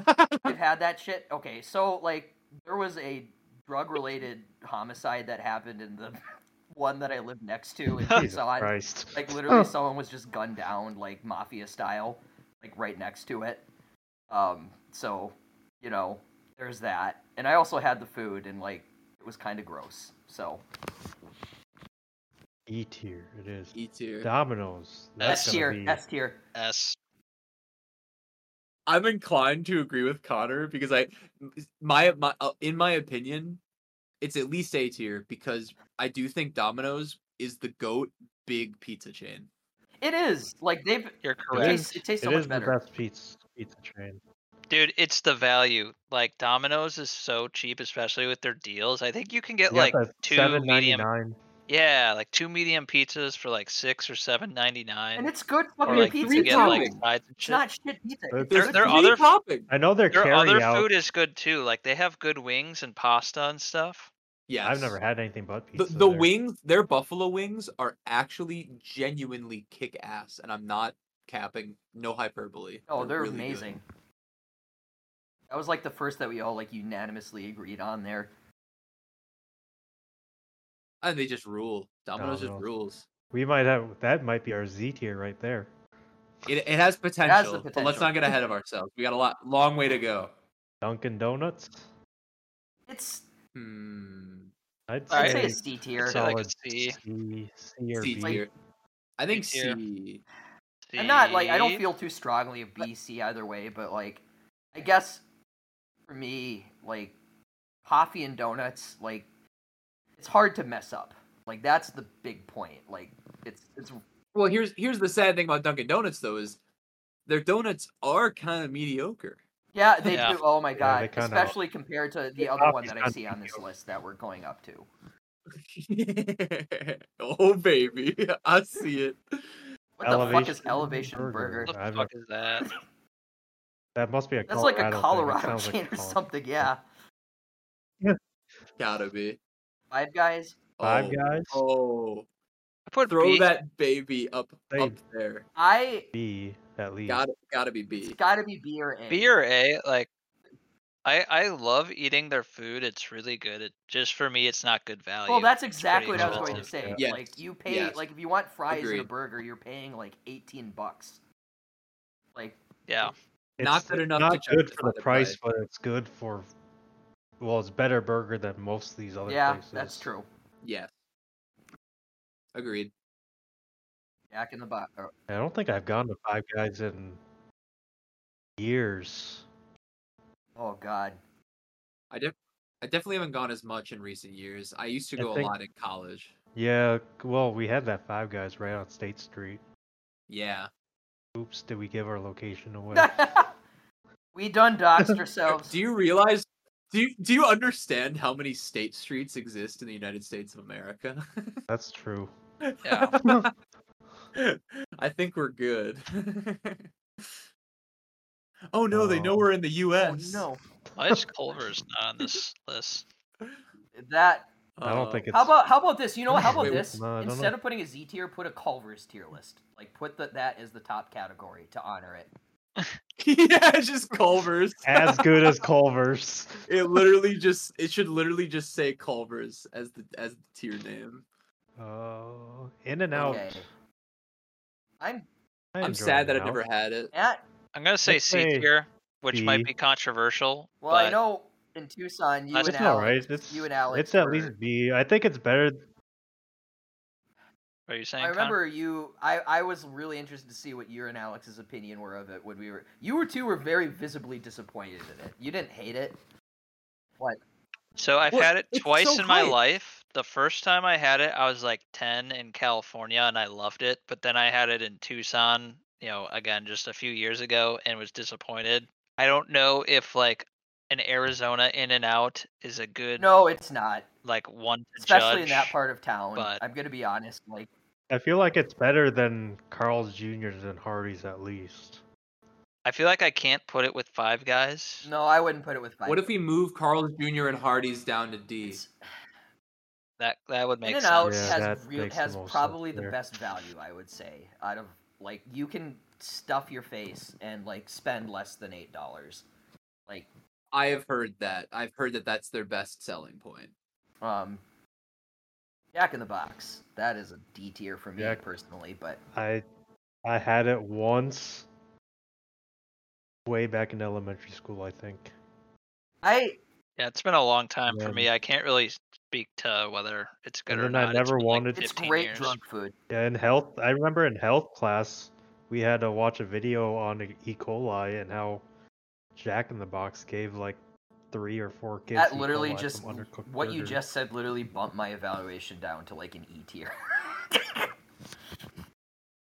Speaker 3: I've had that shit. Okay, so like there was a drug related homicide that happened in the one that I lived next to in
Speaker 2: Jesus
Speaker 3: Tucson.
Speaker 2: Christ.
Speaker 3: Like literally, someone was just gunned down, like mafia style, like right next to it. Um, so you know, there's that. And I also had the food, and like it was kind of gross. So
Speaker 2: E tier it is.
Speaker 4: E tier.
Speaker 2: Domino's. That's
Speaker 3: S
Speaker 1: S
Speaker 2: gonna
Speaker 3: tier,
Speaker 2: be
Speaker 3: S tier.
Speaker 1: S.
Speaker 4: I'm inclined to agree with Connor because I, m- s- my my uh, in my opinion, it's at least A tier because I do think Domino's is the goat big pizza chain.
Speaker 3: It is like they've.
Speaker 1: You're
Speaker 3: It
Speaker 1: correct.
Speaker 3: tastes, it tastes so
Speaker 2: it
Speaker 3: much
Speaker 2: is the
Speaker 3: better.
Speaker 2: best pizza. pizza chain.
Speaker 1: Dude, it's the value. Like Domino's is so cheap, especially with their deals. I think you can get
Speaker 2: You got
Speaker 1: like
Speaker 2: that
Speaker 1: two medium.
Speaker 2: $7.99.
Speaker 1: Yeah, like two medium pizzas for like six or seven ninety
Speaker 3: And
Speaker 1: nine.
Speaker 3: it's good
Speaker 1: Or
Speaker 3: fucking
Speaker 1: like you
Speaker 3: pizza.
Speaker 1: can
Speaker 3: it's
Speaker 1: get
Speaker 3: not-
Speaker 1: like
Speaker 4: topping.
Speaker 1: sides and
Speaker 3: it's
Speaker 1: shit.
Speaker 3: not shit pizza.
Speaker 2: But
Speaker 3: It's
Speaker 1: Their-
Speaker 4: There's
Speaker 3: good
Speaker 1: their
Speaker 3: food.
Speaker 1: other-
Speaker 4: topping.
Speaker 2: I know their,
Speaker 1: Their
Speaker 2: carry
Speaker 1: other
Speaker 2: out.
Speaker 1: food is good too. Like they have good wings and pasta and stuff.
Speaker 4: Yes.
Speaker 2: I've never had anything but
Speaker 4: the,
Speaker 2: pizza.
Speaker 4: the
Speaker 2: there.
Speaker 4: wings, their buffalo wings are actually genuinely kick ass, and I'm not capping, no hyperbole.
Speaker 3: Oh, they're
Speaker 4: really good.
Speaker 3: amazing. That was like the first that we all like unanimously agreed on there.
Speaker 4: And they just rule. Domino's just
Speaker 2: Domino's.
Speaker 4: rules.
Speaker 2: We might have that might be our Z tier right there.
Speaker 4: It, it has potential, but let's
Speaker 3: potential.
Speaker 4: not get ahead of ourselves. We got a lot long way to go.
Speaker 2: Dunkin' Donuts.
Speaker 3: It's
Speaker 4: Hmm.
Speaker 2: I'd
Speaker 1: All
Speaker 3: I'd
Speaker 1: right.
Speaker 3: say
Speaker 2: say
Speaker 3: it's D tier.
Speaker 1: It's like a
Speaker 2: solid
Speaker 1: C.
Speaker 2: C, C or
Speaker 4: C
Speaker 2: B.
Speaker 4: tier. I think
Speaker 1: C tier.
Speaker 4: C.
Speaker 3: I'm not like I
Speaker 1: See?
Speaker 3: don't feel too strongly of B C either way, but like I guess for me, like coffee and donuts, like it's hard to mess up. Like that's the big point. Like it's it's
Speaker 4: Well, here's here's the sad thing about Dunkin' Donuts though is their donuts are kind of mediocre.
Speaker 3: yeah, they
Speaker 1: Yeah.
Speaker 3: do oh my
Speaker 2: they
Speaker 3: god.
Speaker 2: kinda-
Speaker 3: Especially compared to the
Speaker 2: Their
Speaker 3: other one
Speaker 2: coffee's
Speaker 3: that I
Speaker 2: kinda
Speaker 3: see on this
Speaker 2: mediocre.
Speaker 3: list that we're going up to.
Speaker 4: oh baby, I see it.
Speaker 3: What the fuck is elevation burger?
Speaker 1: What the
Speaker 2: I've-
Speaker 1: fuck is that?
Speaker 2: That must be a
Speaker 3: That's
Speaker 2: Colorado
Speaker 3: like a
Speaker 2: thing. It
Speaker 3: Colorado
Speaker 2: sounds like
Speaker 3: chain
Speaker 2: a
Speaker 3: or
Speaker 2: Colorado-
Speaker 3: something, yeah.
Speaker 4: Gotta be.
Speaker 3: Five guys.
Speaker 2: Five
Speaker 4: oh,
Speaker 2: guys.
Speaker 4: Oh,
Speaker 1: I put
Speaker 4: throw
Speaker 1: B.
Speaker 4: that baby up
Speaker 2: Hey.
Speaker 4: up there.
Speaker 3: I
Speaker 2: B at least.
Speaker 4: Gotta gotta be
Speaker 3: it's
Speaker 4: B.
Speaker 3: gotta be B or A.
Speaker 1: B or A, eh? like I I love eating their food. It's really good. It just for me, Oh, it's not good value.
Speaker 3: Well, that's exactly what I was
Speaker 1: expensive,
Speaker 3: going to say.
Speaker 4: yeah.
Speaker 3: Like
Speaker 4: Yes,
Speaker 3: you pay,
Speaker 4: yes.
Speaker 3: like if you want fries and a
Speaker 4: Agreed.
Speaker 3: burger, you're paying like eighteen bucks. Like
Speaker 1: yeah.
Speaker 2: It's
Speaker 4: Not good enough to
Speaker 2: Not good
Speaker 4: justify
Speaker 2: for
Speaker 4: the
Speaker 2: the price, but it's good for. Well, it's better burger than most of these other
Speaker 3: yeah,
Speaker 2: places.
Speaker 3: that's true.
Speaker 4: Yes. Agreed.
Speaker 3: Back in the box. or-
Speaker 2: I don't think I've gone to Five Guys in years.
Speaker 3: Oh God,
Speaker 4: I def- I definitely haven't gone as much in recent years. I used to
Speaker 2: I
Speaker 4: go
Speaker 2: think-
Speaker 4: a lot in college.
Speaker 2: Yeah, c- well, we had that Five Guys right on State Street.
Speaker 4: Yeah.
Speaker 2: Oops, did we give our location away?
Speaker 3: we done doxed ourselves.
Speaker 4: Do you realize? Do you, do you understand how many state streets exist in the United States of America?
Speaker 2: That's true.
Speaker 1: Yeah.
Speaker 4: I think we're good. oh no, they know
Speaker 2: Um,
Speaker 4: we're in the
Speaker 3: oh
Speaker 4: U.S.
Speaker 3: no,
Speaker 1: Why is Culver's not on this list?
Speaker 3: that.
Speaker 2: I don't
Speaker 4: Uh,
Speaker 2: think it's.
Speaker 3: How about how about this? You know what? How about
Speaker 4: Wait,
Speaker 3: this?
Speaker 2: no, I don't know.
Speaker 3: Instead of putting a Z tier, put a Culver's tier list. Like put the, that as the top category to honor it.
Speaker 4: yeah, it's just Culver's.
Speaker 2: as good as Culver's?
Speaker 4: it literally just it should literally just say Culver's as the as the tier name.
Speaker 2: Oh, In and Out.
Speaker 3: Okay. I'm
Speaker 4: I'm sad that I've never had it.
Speaker 3: at
Speaker 1: I'm gonna say
Speaker 2: Let's
Speaker 1: C
Speaker 2: say
Speaker 1: tier, which
Speaker 2: B.
Speaker 1: might be controversial.
Speaker 3: Well, I
Speaker 1: but
Speaker 3: know in Tucson, you
Speaker 1: That's
Speaker 3: and
Speaker 2: It's all
Speaker 3: Alex,
Speaker 2: right. It's
Speaker 3: you and Alex,
Speaker 2: It's at
Speaker 3: were-
Speaker 2: least B. I think it's better.
Speaker 1: Are you saying?
Speaker 3: I
Speaker 1: Con-
Speaker 3: remember you. I I was really interested to see what your and Alex's opinion were of it when we were. You were two were very visibly disappointed in it. You didn't hate it.
Speaker 1: So I've
Speaker 4: Well,
Speaker 1: had it
Speaker 4: it's
Speaker 1: twice
Speaker 4: so
Speaker 1: in my
Speaker 4: hype.
Speaker 1: life. The first time I had it, I was like 10 in California and I loved it. But then I had it in Tucson, you know, again, just a few years ago and was disappointed. I don't know if like an Arizona in and out is a good,
Speaker 3: No, it's not.
Speaker 1: like one to
Speaker 3: Especially in
Speaker 1: judge.
Speaker 3: that part of town.
Speaker 1: but-
Speaker 3: I'm gonna be honest. Like,
Speaker 2: I feel like it's better than Carl's Jr.'s and Hardy's at least.
Speaker 1: I feel like I can't put it with five guys.
Speaker 3: no, I wouldn't put it with. Five.
Speaker 4: What if we move Carl's Jr. and Hardy's down to D?
Speaker 3: It's-
Speaker 1: That that would
Speaker 3: In
Speaker 1: make
Speaker 3: and
Speaker 1: sense.
Speaker 3: Out
Speaker 2: Yeah,
Speaker 3: has
Speaker 2: that
Speaker 3: real,
Speaker 2: makes the
Speaker 3: has
Speaker 2: most sense
Speaker 3: probably the
Speaker 2: there.
Speaker 3: best value, I would say, out of like you can stuff your face and like spend less than eight dollars. Like,
Speaker 4: I have heard that. I've heard that that's their best selling point.
Speaker 3: Um, Jack in the Box. That is a D tier for me
Speaker 2: Jack-
Speaker 3: personally, but
Speaker 2: I I had it once way back in elementary school, I think.
Speaker 3: I
Speaker 1: Yeah, it's been a long time for
Speaker 2: Yeah.
Speaker 1: me. I can't really speak to whether it's good
Speaker 2: And
Speaker 1: or
Speaker 2: then I
Speaker 1: not. It's
Speaker 2: never
Speaker 1: been, like,
Speaker 2: wanted-
Speaker 3: it's
Speaker 1: 15
Speaker 3: great
Speaker 1: years.
Speaker 3: drunk food.
Speaker 2: Yeah, in health, I remember in health class, we had to watch a video on E. E. coli and how Jack in the Box gave like three or four kids
Speaker 3: That
Speaker 2: E.
Speaker 3: literally
Speaker 2: coli from
Speaker 3: just
Speaker 2: undercooked
Speaker 3: what you
Speaker 2: burgers.
Speaker 3: just said literally bumped my evaluation down to like an E tier.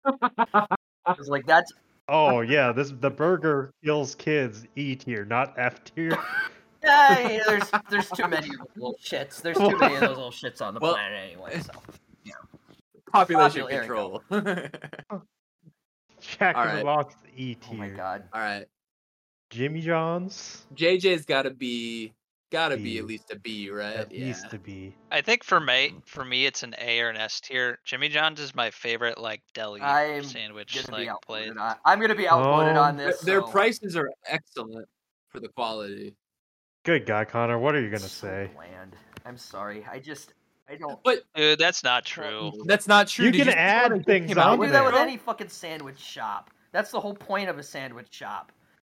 Speaker 3: It's like that's
Speaker 2: Oh yeah, this the burger kills kids E tier, not F tier.
Speaker 3: Hey, there's there's too many of those little shits. There's too many of those little shits on the
Speaker 4: Well-
Speaker 3: planet anyway. So
Speaker 4: Population
Speaker 3: Popular, there
Speaker 4: control.
Speaker 3: you
Speaker 4: All
Speaker 2: Jack in
Speaker 4: Alright.
Speaker 2: the Box E tier.
Speaker 3: oh my god,
Speaker 4: right.
Speaker 2: Jimmy John's
Speaker 4: JJ's got to be got to be at
Speaker 2: B.
Speaker 4: least a B,
Speaker 3: Uh,
Speaker 4: right?
Speaker 2: at
Speaker 4: yeah.
Speaker 2: least to be.
Speaker 1: I think for me,
Speaker 3: Mm.
Speaker 1: for me, it's an A or an S tier. Jimmy John's is my favorite like deli
Speaker 3: I'm
Speaker 1: sandwich
Speaker 3: gonna be
Speaker 1: like place.
Speaker 3: outvoted. On, I'm gonna be outvoted on
Speaker 2: Um,
Speaker 4: Their-
Speaker 3: this.
Speaker 4: Their
Speaker 3: so-
Speaker 4: prices are excellent for the quality.
Speaker 2: Good guy, Connor. What are you gonna
Speaker 3: so
Speaker 2: say?
Speaker 3: Bland. I'm sorry. I just I don't.
Speaker 4: But
Speaker 1: Dude, Uh, that's not true.
Speaker 4: that's not true.
Speaker 2: Oh. You
Speaker 4: Did
Speaker 2: can
Speaker 4: see how
Speaker 2: add
Speaker 4: they just
Speaker 2: things
Speaker 4: came out
Speaker 2: on
Speaker 3: You do
Speaker 4: with
Speaker 3: that
Speaker 4: it,
Speaker 2: there.
Speaker 3: with
Speaker 4: bro?
Speaker 3: any fucking sandwich shop. That's the whole point of a sandwich shop.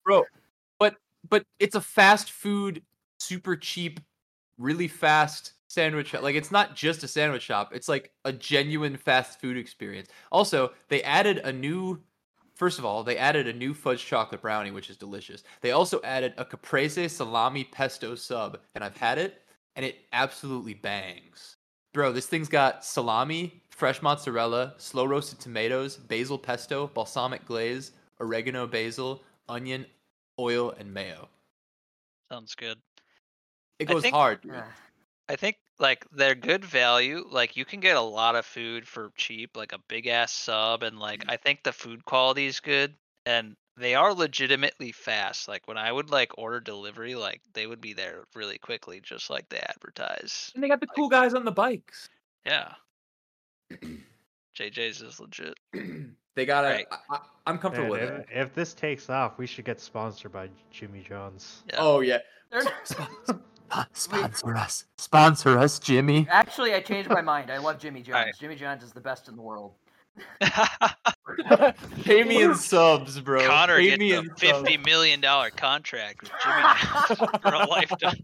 Speaker 4: bro. But but it's a fast food, super cheap, really fast sandwich. shop. Like it's not just a sandwich shop. It's like a genuine fast food experience. Also, they added a new. First of all, they added a new fudge chocolate brownie, which is delicious. They also added a caprese salami pesto sub, and I've had it, and it absolutely bangs. Bro, this thing's got salami, fresh mozzarella, slow roasted tomatoes, basil pesto, balsamic glaze, oregano basil, onion, oil, and mayo.
Speaker 1: Sounds good.
Speaker 4: It
Speaker 1: I
Speaker 4: goes
Speaker 1: think-
Speaker 4: hard. dude.
Speaker 3: Ugh.
Speaker 1: I think like they're good value. Like you can get a lot of food for cheap, like a big ass sub, and like
Speaker 3: Mm.
Speaker 1: I think the food quality is good, and they are legitimately fast. Like when I would like order delivery, like they would be there really quickly, just like they advertise.
Speaker 4: And they got the cool guys on the bikes.
Speaker 1: Yeah. JJ's is legit.
Speaker 4: they got a.
Speaker 1: Right.
Speaker 4: I, am comfortable
Speaker 2: Man,
Speaker 4: with
Speaker 2: if,
Speaker 4: it.
Speaker 2: uh, if this takes off, we should get sponsored by Jimmy John's.
Speaker 1: Yeah.
Speaker 4: Oh yeah.
Speaker 3: They're-
Speaker 4: Sponsor, sponsor us. Sponsor us, Jimmy.
Speaker 3: Actually, I changed my mind. I love Jimmy John's.
Speaker 1: Alright.
Speaker 3: Jimmy John's is the best in the world.
Speaker 4: Pay me in subs, bro.
Speaker 1: Connor
Speaker 4: Pay
Speaker 1: gets
Speaker 4: me
Speaker 1: a
Speaker 4: in subs.
Speaker 1: fifty million dollar contract with Jimmy John's for a lifetime.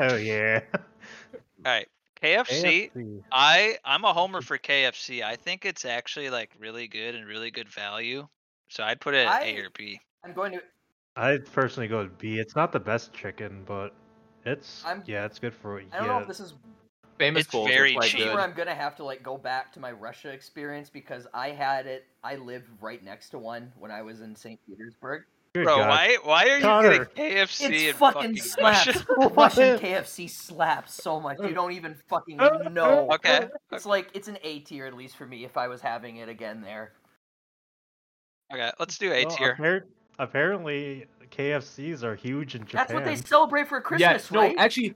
Speaker 2: Oh yeah.
Speaker 1: All right, KFC.
Speaker 2: AFC.
Speaker 1: I I'm a homer for KFC. I think it's actually like really good and really good value. So I'd put it at A
Speaker 3: I-
Speaker 1: or B.
Speaker 3: I'm going to.
Speaker 2: I personally go with B. It's not the best chicken, but it's
Speaker 3: I'm-
Speaker 2: yeah, it's good for what you
Speaker 3: I don't know if
Speaker 2: get.
Speaker 3: this is
Speaker 4: Famous
Speaker 1: It's
Speaker 4: bowls are
Speaker 1: very
Speaker 4: quite
Speaker 1: cheap.
Speaker 4: good.
Speaker 3: where I'm gonna have to like go back to my Russia experience because I had it. I lived right next to one when I was in St. Petersburg.
Speaker 2: Good
Speaker 1: Bro,
Speaker 2: God.
Speaker 1: why why are
Speaker 2: Connor.
Speaker 1: you getting KFC
Speaker 3: It's
Speaker 1: and
Speaker 3: fucking
Speaker 1: Russia?
Speaker 3: slaps. Russian KFC slaps so much you don't even fucking know.
Speaker 1: Okay.
Speaker 3: It's like it's an A tier at least for me if I was having it again there.
Speaker 1: Okay, let's do A
Speaker 2: Well,
Speaker 1: tier.
Speaker 2: appar- apparently, KFCs are huge in Japan.
Speaker 3: That's what they celebrate for Christmas,
Speaker 4: yeah, no,
Speaker 3: right?
Speaker 4: actually,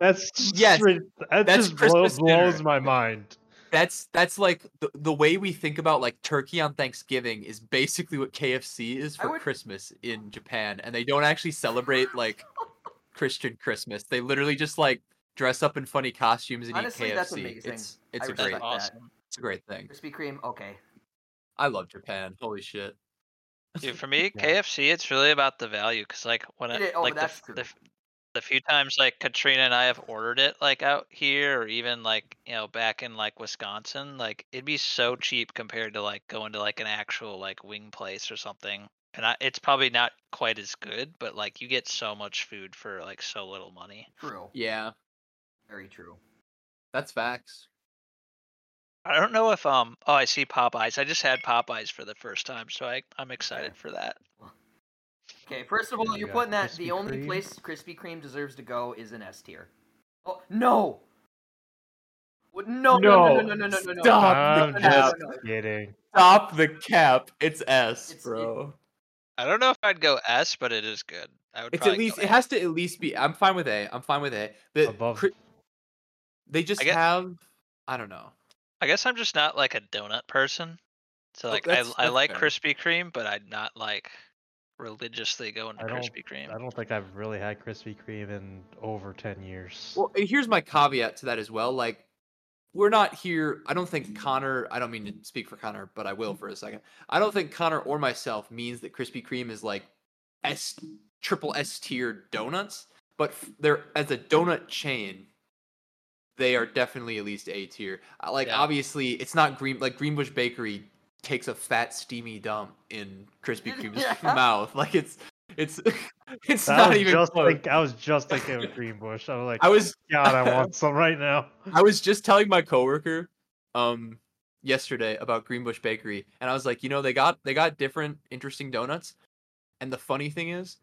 Speaker 2: That's just
Speaker 4: Yes,
Speaker 2: rid- that
Speaker 4: that's
Speaker 2: just blow-
Speaker 4: Christmas dinner.
Speaker 2: blows my mind.
Speaker 4: that's that's like the, the way we think about like turkey on Thanksgiving is basically what KFC is
Speaker 3: I
Speaker 4: for
Speaker 3: would-
Speaker 4: Christmas in Japan, and they don't actually celebrate like Christian Christmas. They literally just like dress up in funny costumes and
Speaker 3: Honestly,
Speaker 4: eat KFC.
Speaker 3: that's amazing.
Speaker 4: It's it's
Speaker 3: I
Speaker 4: a
Speaker 3: respect
Speaker 4: great
Speaker 3: that.
Speaker 1: That's awesome.
Speaker 4: it's a great thing.
Speaker 3: Krispy Kreme, okay.
Speaker 4: I love Japan. Holy shit.
Speaker 1: Dude, for me,
Speaker 2: Yeah.
Speaker 1: KFC, it's really about the value because, like, when I,
Speaker 3: It is- oh,
Speaker 1: like the,
Speaker 3: that's
Speaker 1: f-
Speaker 3: true.
Speaker 1: the f- the few times like Katrina and I have ordered it like out here or even like you know back in like Wisconsin, like it'd be so cheap compared to like going to like an actual like wing place or something. And I, it's probably not quite as good, but like you get so much food for like so little money.
Speaker 3: True.
Speaker 4: Yeah,
Speaker 3: Very true.
Speaker 4: that's facts.
Speaker 1: I don't know if um oh I see Popeyes. I just had Popeyes for the first time, so I I'm excited for that.
Speaker 3: Okay, first of all,
Speaker 2: we
Speaker 3: you're
Speaker 2: got
Speaker 3: putting that the
Speaker 2: Krispy
Speaker 3: only
Speaker 2: Kreme.
Speaker 3: place Krispy Kreme deserves to go is an S tier. Oh no! What- No, no, no, no, no, no, no, no.
Speaker 4: Stop
Speaker 3: no,
Speaker 2: I'm
Speaker 3: no, no,
Speaker 2: just
Speaker 3: no, no.
Speaker 2: kidding.
Speaker 4: Stop the cap. It's S,
Speaker 3: It's- it-
Speaker 4: bro.
Speaker 1: I don't know if I'd go S, but it is good. I would
Speaker 4: It's
Speaker 1: probably
Speaker 4: at
Speaker 1: go
Speaker 4: least
Speaker 1: A.
Speaker 4: it has to at least be. I'm fine with A. I'm fine with A. The
Speaker 2: Above
Speaker 4: cri- they just
Speaker 1: guess-
Speaker 4: have. I don't know.
Speaker 1: I guess I'm just not like a donut person. So
Speaker 4: Oh,
Speaker 1: like I,
Speaker 4: that's-
Speaker 1: I
Speaker 4: that's
Speaker 1: like
Speaker 4: fair.
Speaker 1: Krispy Kreme, but I'm not like religiously going to
Speaker 2: I don't-
Speaker 1: Krispy Kreme.
Speaker 2: I don't think I've really had Krispy Kreme in over ten years.
Speaker 4: Well, and here's my caveat to that as well. Like, we're not here. I don't think Connor. I don't mean to speak for Connor, but I will for a second. I don't think Connor or myself means that Krispy Kreme is like S triple S tier donuts, but f- they're as a donut chain. They are definitely at least A tier. I- Like
Speaker 1: Yeah.
Speaker 4: obviously, it's not green. Like Greenbush Bakery takes a fat steamy dump in Krispy Kreme's
Speaker 3: Yeah.
Speaker 4: mouth. Like it's it's it's
Speaker 2: I
Speaker 4: not
Speaker 2: was
Speaker 4: even
Speaker 2: just
Speaker 4: close.
Speaker 2: think- I was just thinking of Green Bush. I was like,
Speaker 4: I was
Speaker 2: God, I want some right now.
Speaker 4: I was just telling my coworker, um, yesterday about Greenbush Bakery, and I was like, you know, they got they got different interesting donuts, and the funny thing is,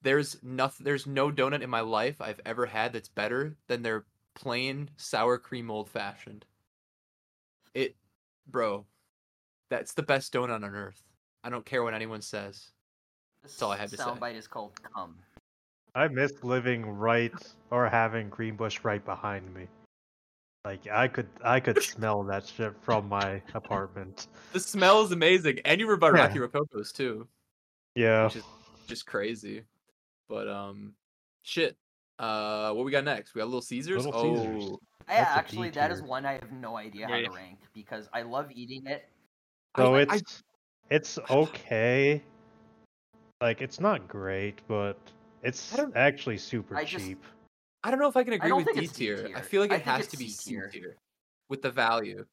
Speaker 4: there's nothing, there's no donut in my life I've ever had that's better than their plain sour cream old fashioned. It, bro, that's the best donut on earth. I don't care what anyone says.
Speaker 3: This
Speaker 4: all I had to say.
Speaker 3: soundbite is called "Come."
Speaker 2: I miss living right or having Greenbush right behind me. Like I could I could smell that shit from my apartment.
Speaker 4: The smell is amazing, and you were by
Speaker 2: Yeah.
Speaker 4: Rocky Rococo's too.
Speaker 2: Yeah.
Speaker 4: Which is- just crazy. But um, shit. Uh, what we got next? We got Little Caesars.
Speaker 2: Little
Speaker 4: oh,
Speaker 2: Caesars.
Speaker 3: I
Speaker 2: That's a
Speaker 3: actually,
Speaker 2: B
Speaker 3: that is
Speaker 2: tier.
Speaker 3: one I have no idea how
Speaker 1: Yeah.
Speaker 3: to rank because I love eating it.
Speaker 2: So
Speaker 4: I- I-
Speaker 2: it's it's okay. Like it's not great, but it's
Speaker 4: I don't-
Speaker 2: actually super
Speaker 3: I just-
Speaker 2: cheap.
Speaker 4: I don't know if I can agree
Speaker 3: don't
Speaker 4: with
Speaker 3: think
Speaker 4: D
Speaker 3: it's D
Speaker 4: tier. I
Speaker 3: tier.
Speaker 4: feel like
Speaker 3: I
Speaker 4: it
Speaker 3: think
Speaker 4: has
Speaker 3: it's
Speaker 4: to be
Speaker 3: C
Speaker 4: C
Speaker 3: tier.
Speaker 4: tier with the value.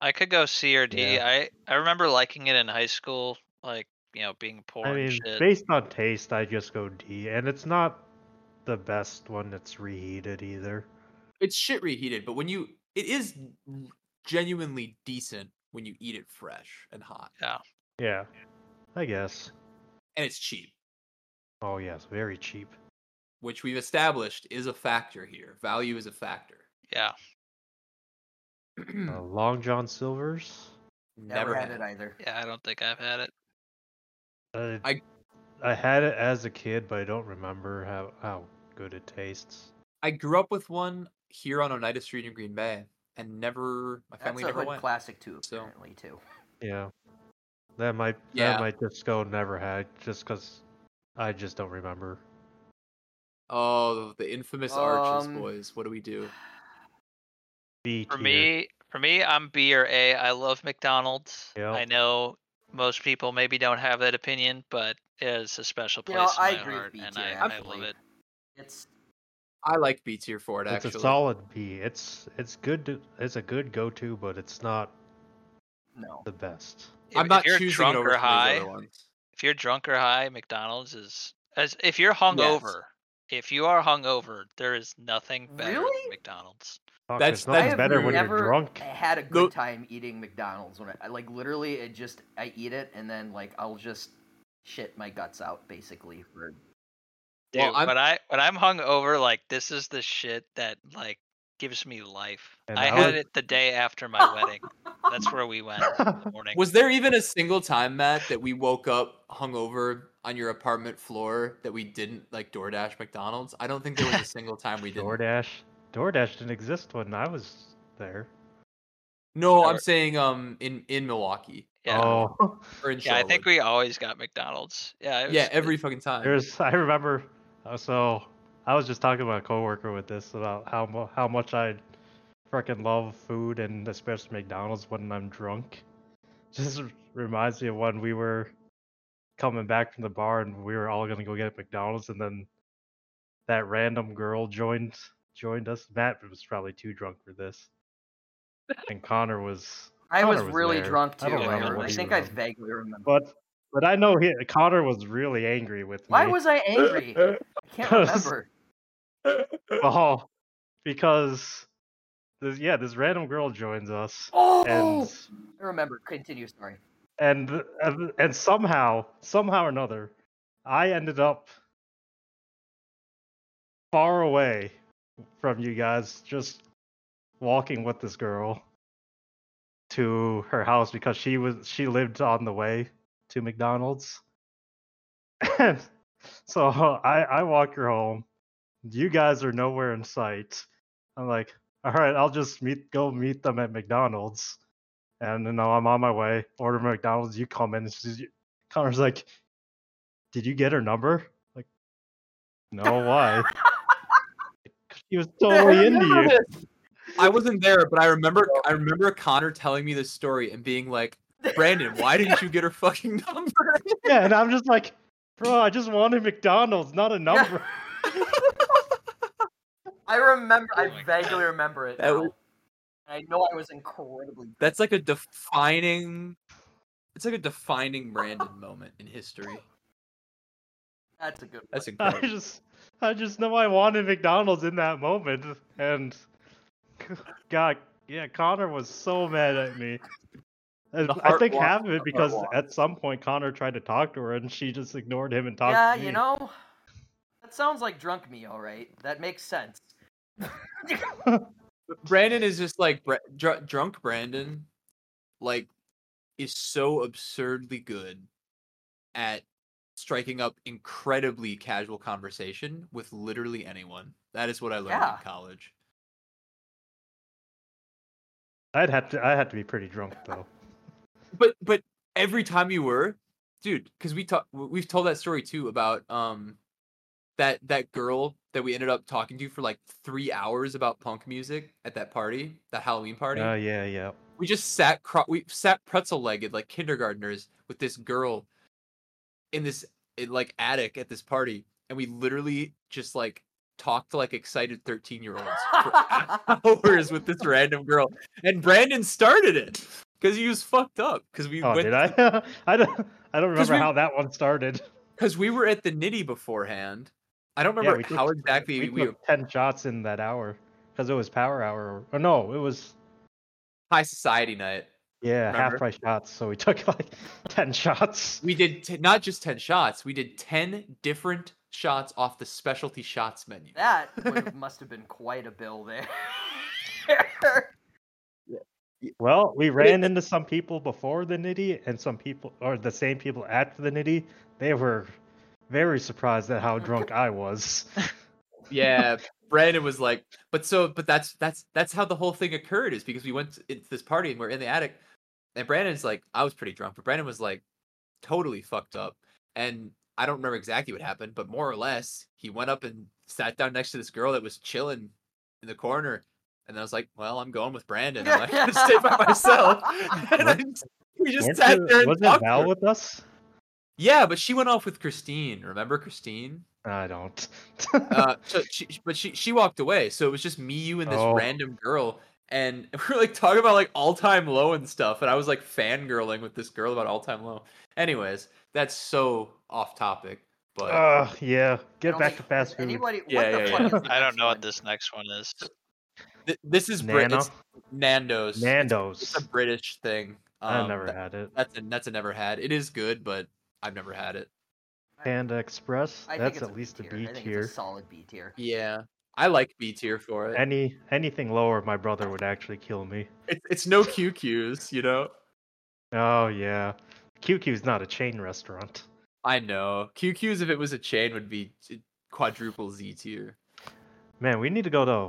Speaker 1: I could go C or D. I
Speaker 2: Yeah.
Speaker 1: I remember liking it in high school, like you know, being poor
Speaker 2: I
Speaker 1: and
Speaker 2: mean,
Speaker 1: shit.
Speaker 2: based on taste, I just go D, and it's not the best one that's reheated either.
Speaker 4: It's shit reheated, but when you, it is genuinely decent when you eat it fresh and hot,
Speaker 2: Yeah, I guess.
Speaker 4: and it's cheap,
Speaker 2: Oh yes, very cheap.
Speaker 4: which we've established is a factor here. Value is a factor.
Speaker 1: yeah,
Speaker 2: Uh, Long John Silver's.
Speaker 3: Never, had, it
Speaker 4: I...
Speaker 3: either.
Speaker 1: yeah. I don't think I've had it.
Speaker 2: Uh,
Speaker 4: I-
Speaker 2: I had it as a kid, but I don't remember how how good it tastes.
Speaker 4: grew up with one here on Oneida Street in Green Bay, and never my
Speaker 3: That's
Speaker 4: family
Speaker 3: a
Speaker 4: never
Speaker 3: hood
Speaker 4: went.
Speaker 3: classic too,
Speaker 4: so-
Speaker 3: apparently too.
Speaker 2: Yeah, that might
Speaker 4: Yeah.
Speaker 2: that might just go never had just because I just don't remember.
Speaker 4: Oh, the infamous arches,
Speaker 3: Um,
Speaker 4: boys. What do we do?
Speaker 2: B
Speaker 1: For
Speaker 2: tier.
Speaker 1: me, for me, I'm B or A. I love McDonald's.
Speaker 2: Yep.
Speaker 1: I know most people maybe don't have that opinion, but it is a special
Speaker 3: You
Speaker 1: place
Speaker 3: know,
Speaker 1: in
Speaker 3: I
Speaker 1: my
Speaker 3: agree with
Speaker 1: heart,
Speaker 3: B
Speaker 1: and
Speaker 3: tier,
Speaker 1: I, I love
Speaker 3: absolutely.
Speaker 1: it.
Speaker 3: It's
Speaker 4: I like B tier for it,
Speaker 2: it's
Speaker 4: actually.
Speaker 2: a solid B. It's it's good. To, it's a good go to, but it's not
Speaker 3: no.
Speaker 2: the best.
Speaker 1: If,
Speaker 4: I'm not
Speaker 1: if you're
Speaker 4: choosing
Speaker 1: drunk
Speaker 4: it over
Speaker 1: or
Speaker 4: some of these
Speaker 1: high,
Speaker 4: other ones.
Speaker 1: if you're drunk or high, McDonald's is as if you're hungover. If you are hungover, there is nothing better
Speaker 3: Really?
Speaker 1: than McDonald's.
Speaker 2: Fuck,
Speaker 4: That's-
Speaker 2: it's
Speaker 4: that's-
Speaker 2: not
Speaker 3: I have
Speaker 2: better when
Speaker 3: never
Speaker 2: you're drunk.
Speaker 3: had a
Speaker 4: No-
Speaker 3: good time eating McDonald's when I, I like literally it just I eat it and then like I'll just shit my guts out basically for
Speaker 1: Dude,
Speaker 4: Well, I'm-
Speaker 1: when I when I'm hungover, like this is the shit that like gives me life.
Speaker 2: And
Speaker 1: I
Speaker 2: I
Speaker 1: had
Speaker 2: would-
Speaker 1: it the day after my wedding. That's where we went in the morning.
Speaker 4: Was there even a single time, Matt, that we woke up hungover on your apartment floor that we didn't like DoorDash McDonald's? I don't think there was a single time we didn't.
Speaker 2: DoorDash. DoorDash didn't exist when I was there.
Speaker 4: No, I'm
Speaker 1: Or-
Speaker 4: saying um in in Milwaukee
Speaker 1: yeah.
Speaker 2: Oh,
Speaker 4: or in
Speaker 1: yeah, I think
Speaker 4: Charlotte.
Speaker 1: we always got McDonald's. Yeah, it was,
Speaker 4: yeah every fucking time.
Speaker 2: there's. I remember. uh, So I was just talking to my coworker with this about how mu- how much I freaking love food and especially McDonald's when I'm drunk. Just reminds me of when we were coming back from the bar and we were all gonna go get McDonald's and then that random girl joined joined us. Matt was probably too drunk for this, and Connor was
Speaker 3: I was
Speaker 2: Connor was
Speaker 3: really
Speaker 2: there.
Speaker 3: drunk too.
Speaker 2: I
Speaker 3: I,
Speaker 2: don't
Speaker 1: remember
Speaker 3: re-
Speaker 1: what
Speaker 3: I
Speaker 1: he
Speaker 3: think
Speaker 2: was
Speaker 3: I
Speaker 2: on.
Speaker 3: vaguely remember.
Speaker 2: But but I know he, Connor was really angry with
Speaker 3: Why
Speaker 2: me.
Speaker 3: was I angry? I can't
Speaker 2: Because-
Speaker 3: remember.
Speaker 2: oh, because this, yeah, this random girl joins us,
Speaker 3: Oh,
Speaker 2: and
Speaker 3: I remember. Continue. Sorry.
Speaker 2: and and- and somehow somehow or another, I ended up far away from you guys, just walking with this girl to her house because she was she lived on the way to McDonald's. so I I walk her home. You guys are nowhere in sight. I'm like, all right, I'll just meet go meet them at McDonald's. And you know, I'm on my way. Order McDonald's. You come in. And she's, Connor's like, "Did you get her number?" Like, no. Why? she was totally into you.
Speaker 4: I wasn't there, but I remember I remember Connor telling me this story and being like, Brandon, why didn't you get her fucking number?
Speaker 2: yeah, and I'm just like, bro, I just wanted McDonald's, not a number.
Speaker 3: I remember.
Speaker 1: Oh my
Speaker 3: I vaguely
Speaker 1: God.
Speaker 3: remember it.
Speaker 4: That
Speaker 3: Now.
Speaker 4: was-
Speaker 3: I know I was incredibly.
Speaker 4: That's like a defining it's like a defining Brandon moment in history.
Speaker 3: That's a good.
Speaker 4: That's
Speaker 3: one.
Speaker 2: I
Speaker 4: incredible.
Speaker 2: just, I just know I wanted McDonald's in that moment, and God, yeah, Connor was so mad at me. And
Speaker 1: The
Speaker 2: I
Speaker 1: heart
Speaker 2: think
Speaker 1: wants
Speaker 2: half of
Speaker 1: what
Speaker 2: it
Speaker 1: the
Speaker 2: because
Speaker 1: heart wants.
Speaker 2: at some point Connor tried to talk to her and she just ignored him and talked
Speaker 3: yeah,
Speaker 2: to me.
Speaker 3: you know, that sounds like drunk me. All right, that makes sense.
Speaker 4: Brandon is just like Bra- dr- drunk Brandon, like is so absurdly good at striking up incredibly casual conversation with literally anyone. That is what I learned
Speaker 3: Yeah.
Speaker 4: in college.
Speaker 2: I'd have to I had to be pretty drunk though.
Speaker 4: But but every time you were, dude, because we talk we've told that story too about um that that girl that we ended up talking to for like three hours about punk music at that party, that Halloween party.
Speaker 2: Oh yeah, yeah.
Speaker 4: we just sat cro- we sat pretzel legged like kindergartners with this girl in this in, like attic at this party and we literally just like talked to like excited 13 year olds for hours with this random girl and brandon started it because he was fucked up because we
Speaker 2: Oh,
Speaker 4: went
Speaker 2: did I? I don't I don't
Speaker 4: 'Cause
Speaker 2: remember
Speaker 4: we-
Speaker 2: how that one started.
Speaker 4: because we were at the nitty beforehand i don't
Speaker 2: Yeah,
Speaker 4: remember
Speaker 2: we took-
Speaker 4: how exactly
Speaker 2: we,
Speaker 4: we,
Speaker 2: took ten shots in that hour because it was power hour. Or no, it was
Speaker 4: high society night
Speaker 2: yeah half
Speaker 4: Remember?
Speaker 2: price shots. So we took like ten shots.
Speaker 4: we did t- not just 10 shots we did 10 different shots off the specialty shots menu
Speaker 3: That would, must have been quite a bill there.
Speaker 2: Well, we ran into some people before the nitty and some people or the same people after the nitty. They were very surprised at how drunk I was.
Speaker 4: yeah brandon was like but so but that's that's that's how the whole thing occurred is because we went to it's this party and we're in the attic and brandon's like i was pretty drunk but brandon was like totally fucked up and i don't remember exactly what happened but more or less he went up and sat down next to this girl that was chilling in the corner and i was like well i'm going with brandon i'm not gonna stay by myself and I just- we just
Speaker 2: Weren't
Speaker 4: sat
Speaker 2: you-
Speaker 4: there and
Speaker 2: wasn't
Speaker 4: talked to
Speaker 2: Val
Speaker 4: her.
Speaker 2: with us?
Speaker 4: yeah but she went off with christine remember christine
Speaker 2: I don't.
Speaker 4: uh, so she, she- but she she walked away. So it was just me, you, and this
Speaker 2: Oh.
Speaker 4: random girl, and we were like talking about like all time low and stuff. And I was like fangirling with this girl about all time low. Anyways, that's so off topic, but
Speaker 2: Ugh, yeah,
Speaker 3: I
Speaker 2: get
Speaker 3: don't
Speaker 2: back
Speaker 3: think-
Speaker 2: to fast
Speaker 3: does
Speaker 2: food.
Speaker 3: Anybody, what
Speaker 4: Yeah,
Speaker 3: the
Speaker 4: yeah,
Speaker 3: fuck
Speaker 4: yeah.
Speaker 3: is the
Speaker 1: I don't
Speaker 3: next
Speaker 1: know
Speaker 3: one?
Speaker 1: what this next one is.
Speaker 4: th- this is Brit-
Speaker 2: Nano,
Speaker 4: it's Nando's. It's,
Speaker 2: Nando's.
Speaker 4: it's a British thing.
Speaker 2: I've
Speaker 4: um,
Speaker 2: never
Speaker 4: that-
Speaker 2: had it.
Speaker 4: That's a that's a never had. It is good, but I've never had it.
Speaker 2: Panda Express.
Speaker 3: I think
Speaker 2: that's
Speaker 3: it's
Speaker 2: at least a
Speaker 3: tier.
Speaker 2: B
Speaker 3: I think
Speaker 2: tier.
Speaker 3: It's a solid B tier.
Speaker 4: Yeah, I like B tier for it.
Speaker 2: Any anything lower, my brother would actually kill me.
Speaker 4: It's it's no QQs, you know.
Speaker 2: Oh yeah, QQ's not a chain restaurant.
Speaker 4: I know. QQs, if it was a chain, would be t- quadruple Z tier.
Speaker 2: Man, we need to go to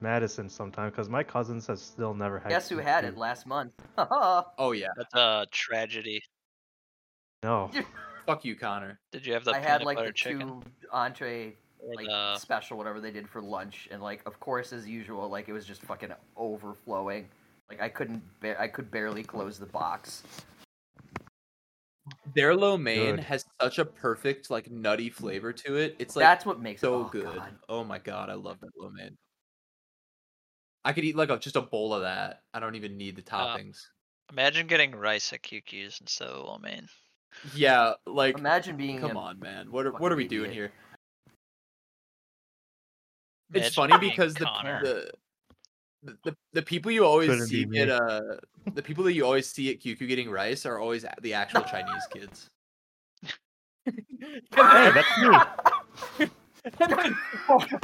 Speaker 2: Madison sometime because my cousins have still never had.
Speaker 3: Guess who had it
Speaker 2: QQ.
Speaker 3: last month?
Speaker 4: Oh yeah.
Speaker 1: That's a tragedy.
Speaker 2: No,
Speaker 4: Fuck you, Connor.
Speaker 1: Did you have the
Speaker 3: I
Speaker 1: peanut
Speaker 3: had like
Speaker 1: butter
Speaker 3: the
Speaker 1: chicken? uh,
Speaker 3: two entree
Speaker 1: or
Speaker 3: like
Speaker 1: the-
Speaker 3: special whatever they did for lunch and like of course as usual like it was just fucking overflowing like i couldn't ba- i could barely close the box
Speaker 4: Their lo mein
Speaker 2: Good.
Speaker 4: has such a perfect like nutty flavor to it. It's like
Speaker 3: that's what makes
Speaker 4: so
Speaker 3: it oh,
Speaker 4: good.
Speaker 3: God.
Speaker 4: Oh my god, I love that lo mein. I could eat like a, just a bowl of that. I don't even need the
Speaker 1: Uh,
Speaker 4: toppings.
Speaker 1: Imagine getting rice at QQ's instead of lo mein.
Speaker 4: yeah, like
Speaker 3: imagine being
Speaker 4: come
Speaker 3: a-
Speaker 4: on, man. What are,
Speaker 3: fucking
Speaker 4: what are we doing
Speaker 3: idiot.
Speaker 4: here?
Speaker 1: Imagine
Speaker 4: It's funny
Speaker 1: being
Speaker 4: because the,
Speaker 1: Connor.
Speaker 4: the the the the people you always
Speaker 2: Couldn't
Speaker 4: see
Speaker 2: be
Speaker 4: get
Speaker 2: me.
Speaker 4: uh the people that you always see at QQ getting rice are always a- the actual Chinese kids.
Speaker 2: hey, that's me.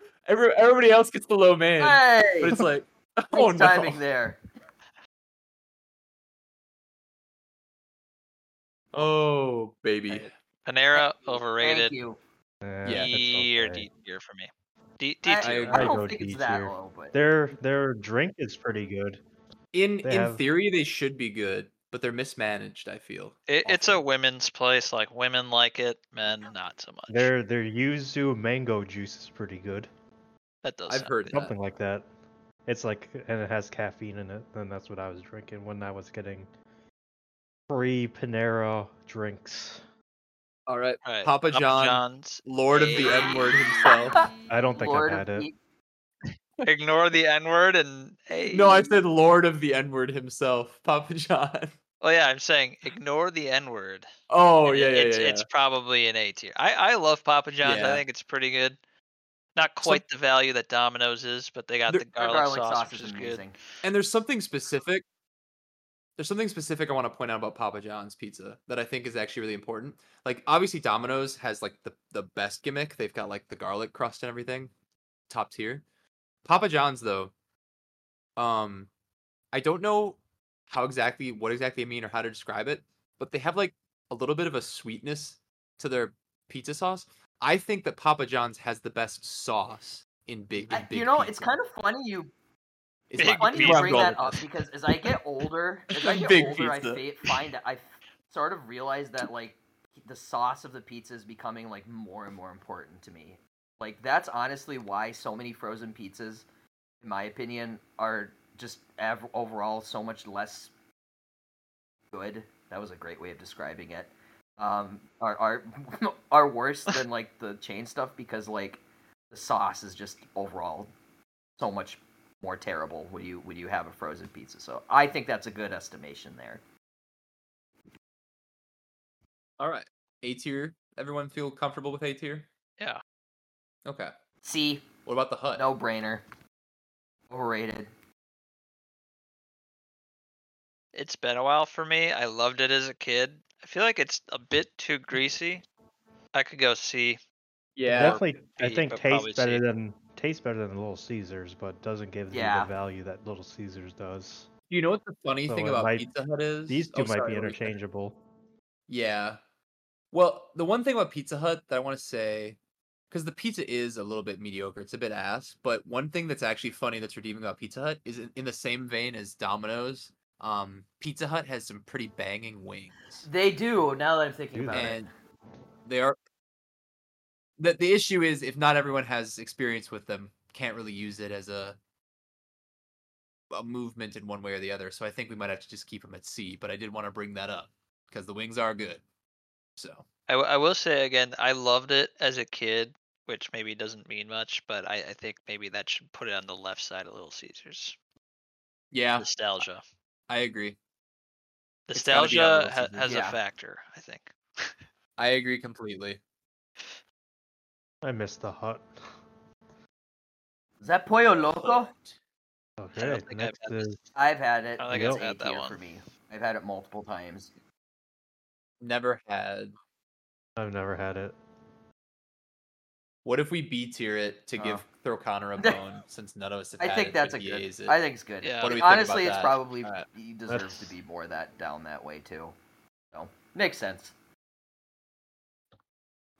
Speaker 4: Every, everybody else gets the low man,
Speaker 3: hey
Speaker 4: but it's like,
Speaker 3: nice
Speaker 4: oh
Speaker 3: timing
Speaker 4: no,
Speaker 3: there
Speaker 4: oh baby,
Speaker 1: Panera
Speaker 3: thank
Speaker 1: overrated.
Speaker 3: you
Speaker 2: Eh,
Speaker 4: Yeah,
Speaker 2: it's
Speaker 1: E or
Speaker 2: okay.
Speaker 1: D tier for me. D, D
Speaker 3: I,
Speaker 1: tier.
Speaker 4: agree.
Speaker 3: I
Speaker 2: I
Speaker 3: don't
Speaker 2: go
Speaker 3: think
Speaker 2: D
Speaker 3: it's that
Speaker 2: tier.
Speaker 3: low but
Speaker 2: Their their drink is pretty good.
Speaker 4: in
Speaker 2: They
Speaker 4: in
Speaker 2: have-
Speaker 4: theory they should be good, but they're mismanaged. I feel
Speaker 1: It, it's a
Speaker 4: awful.
Speaker 1: women's place. Like women like it, men not so much.
Speaker 2: Their their yuzu mango juice is pretty good.
Speaker 1: that does.
Speaker 4: I've
Speaker 1: sound
Speaker 4: heard
Speaker 1: good.
Speaker 4: that.
Speaker 2: Something like that. It's like and it has caffeine in it, and that's what I was drinking when I was getting free Panera drinks.
Speaker 4: All right,
Speaker 1: Alright,
Speaker 4: Papa John,
Speaker 1: John's.
Speaker 4: Lord of the N word himself.
Speaker 2: I don't think
Speaker 3: Lord
Speaker 2: I've
Speaker 3: of
Speaker 2: had it.
Speaker 3: E-
Speaker 1: Ignore the N word and hey.
Speaker 4: No, I said Lord of the N word himself, Papa John.
Speaker 1: Oh yeah, I'm saying ignore the N word.
Speaker 4: Oh yeah, yeah,
Speaker 1: it's,
Speaker 4: yeah.
Speaker 1: it's probably an A tier. I, I love Papa John's.
Speaker 4: Yeah.
Speaker 1: I think it's pretty good. Not quite the value that Domino's is, but they got
Speaker 4: Their-
Speaker 1: the
Speaker 3: their
Speaker 1: garlic, sauce, which is good.
Speaker 3: amazing
Speaker 4: And there's something specific. there's something specific I want to point out about Papa John's pizza that I think is actually really important. Like obviously Domino's has like the the best gimmick. They've got like the garlic crust and everything, top tier. Papa John's though, um, I don't know how exactly what exactly I mean or how to describe it, but they have like a little bit of a sweetness to their pizza sauce. I think that Papa John's has the best sauce in big. In
Speaker 3: I,
Speaker 4: big
Speaker 3: you know, it's
Speaker 4: pizza,
Speaker 3: kind of funny you
Speaker 4: is
Speaker 1: Big
Speaker 4: my-
Speaker 3: funny you
Speaker 4: where I'm
Speaker 3: bring
Speaker 4: going
Speaker 3: that
Speaker 4: with
Speaker 3: up
Speaker 4: this.
Speaker 3: because as I get older, as I get
Speaker 4: Big
Speaker 3: older, I
Speaker 4: pizza.
Speaker 3: fa- find I sort of realize that like the sauce of the pizza is becoming like more and more important to me. Like that's honestly why so many frozen pizzas, in my opinion, are just av- overall so much less good. That was a great way of describing it. Um, are are are worse than like the chain stuff because like the sauce is just overall so much more terrible when you when you have a frozen pizza. So I think that's a good estimation there.
Speaker 4: All right, A tier. Everyone feel comfortable with A tier?
Speaker 1: Yeah.
Speaker 4: Okay.
Speaker 3: C,
Speaker 4: What about the hut?
Speaker 3: no brainer. Overrated.
Speaker 1: It's been a while for me. I loved it as a kid. I feel like it's a bit too greasy. I could go C.
Speaker 4: Yeah.
Speaker 2: Definitely, I
Speaker 1: B,
Speaker 2: think
Speaker 1: but probably
Speaker 2: tastes
Speaker 1: C.
Speaker 2: better than tastes better than Little Caesars, but doesn't give you
Speaker 3: Yeah.
Speaker 2: the value that Little Caesars does.
Speaker 4: You know what the funny
Speaker 2: So
Speaker 4: thing
Speaker 2: it
Speaker 4: about
Speaker 2: might-
Speaker 4: Pizza Hut is? oh,
Speaker 2: These
Speaker 4: two
Speaker 2: two might be interchangeable.
Speaker 4: Yeah. Well, the one thing about Pizza Hut that I want to say, because the pizza is a little bit mediocre, it's a bit ass, but one thing that's actually funny that's redeeming about Pizza Hut is in, in the same vein as Domino's, um, Pizza Hut has some pretty banging wings.
Speaker 3: They do. Now that I'm thinking
Speaker 2: Do
Speaker 3: about it,
Speaker 4: And they are. The, the issue is if not everyone has experience with them, can't really use it as a a movement in one way or the other. So I think we might have to just keep them at C. But I did want to bring that up because the wings are good. So
Speaker 1: I, w- I will say again, I loved it as a kid, which maybe doesn't mean much, but I, I think maybe that should put it on the left side of Little Caesars.
Speaker 4: yeah,
Speaker 1: Nostalgia.
Speaker 4: I agree. It's gotta be on Little
Speaker 1: Nostalgia ha-
Speaker 4: Caesars.
Speaker 1: has
Speaker 3: Yeah.
Speaker 1: a factor, I think.
Speaker 4: I agree completely.
Speaker 2: I missed the hut.
Speaker 3: is that Pollo Loco?
Speaker 1: I
Speaker 2: Okay,
Speaker 1: don't think I've
Speaker 2: next
Speaker 1: had this.
Speaker 2: is
Speaker 3: I've had it.
Speaker 1: I think
Speaker 2: I've
Speaker 3: It's A
Speaker 1: had that
Speaker 3: tier
Speaker 1: one.
Speaker 3: for me. I've had it multiple times.
Speaker 4: Never had.
Speaker 2: I've never had it.
Speaker 4: What if we B tier it to
Speaker 3: Oh.
Speaker 4: give throw Connor a bone since none of us have
Speaker 3: I
Speaker 4: had
Speaker 3: think
Speaker 4: it,
Speaker 3: that's a
Speaker 4: but he
Speaker 3: good.
Speaker 4: is it.
Speaker 3: I think it's good.
Speaker 1: Yeah. What do
Speaker 4: we think about
Speaker 3: Honestly, it's
Speaker 4: that?
Speaker 3: probably
Speaker 4: Alright.
Speaker 3: he deserves to
Speaker 2: That's-
Speaker 3: be more that down that way too. So makes sense.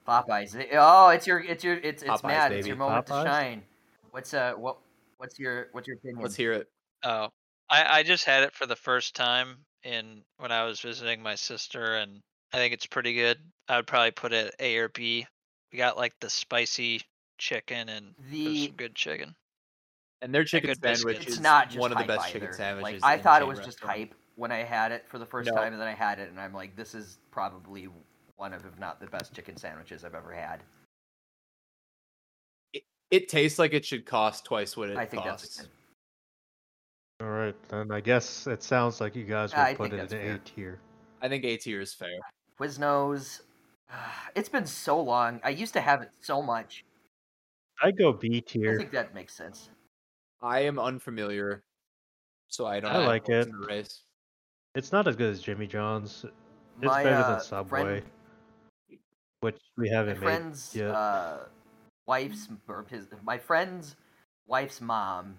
Speaker 3: Popeyes. eh, Oh, it's your it's your it's it's
Speaker 4: Popeyes,
Speaker 3: mad. It's
Speaker 4: baby.
Speaker 3: your moment
Speaker 2: Popeyes?
Speaker 3: to shine. What's uh what what's your what's your opinion?
Speaker 4: Let's hear it.
Speaker 1: Oh, I, I just had it for the first time in when I was visiting my sister, and I think it's pretty good. I would probably put it A or B. We got like the spicy chicken, and there's
Speaker 3: the
Speaker 1: some good chicken.
Speaker 4: And their chicken
Speaker 1: good biscuit.
Speaker 4: sandwich
Speaker 1: which
Speaker 3: it's
Speaker 4: is
Speaker 3: not just
Speaker 4: one of the
Speaker 3: hype
Speaker 4: best
Speaker 3: either.
Speaker 4: chicken sandwiches.
Speaker 3: Like I
Speaker 4: in
Speaker 3: thought it
Speaker 4: chain
Speaker 3: was just
Speaker 4: restaurant.
Speaker 3: hype when I had it for the first
Speaker 4: No.
Speaker 3: time, and then I had it, and I'm like, this is probably one of, if not the best chicken sandwiches I've ever had.
Speaker 4: It tastes like it should cost twice what it
Speaker 3: I think that's
Speaker 4: costs.
Speaker 3: good.
Speaker 2: All right, then I guess it sounds like you guys would
Speaker 3: I
Speaker 2: put
Speaker 3: think
Speaker 2: it
Speaker 3: that's
Speaker 2: in
Speaker 3: fair.
Speaker 2: A tier.
Speaker 4: I think A tier is fair.
Speaker 3: Quiznos. It's been so long. I used to have it so much.
Speaker 2: I go B
Speaker 3: I
Speaker 2: tier.
Speaker 3: think that makes sense.
Speaker 4: I am unfamiliar, so I don't.
Speaker 1: I
Speaker 4: have
Speaker 2: like
Speaker 4: votes
Speaker 2: it.
Speaker 4: in the race.
Speaker 2: It's not as good as Jimmy John's. It's
Speaker 3: My,
Speaker 2: better
Speaker 3: uh,
Speaker 2: than Subway,
Speaker 3: friend-
Speaker 2: which we
Speaker 3: my
Speaker 2: haven't made.
Speaker 3: friend's
Speaker 2: yet.
Speaker 3: uh, wife's or his my friend's wife's mom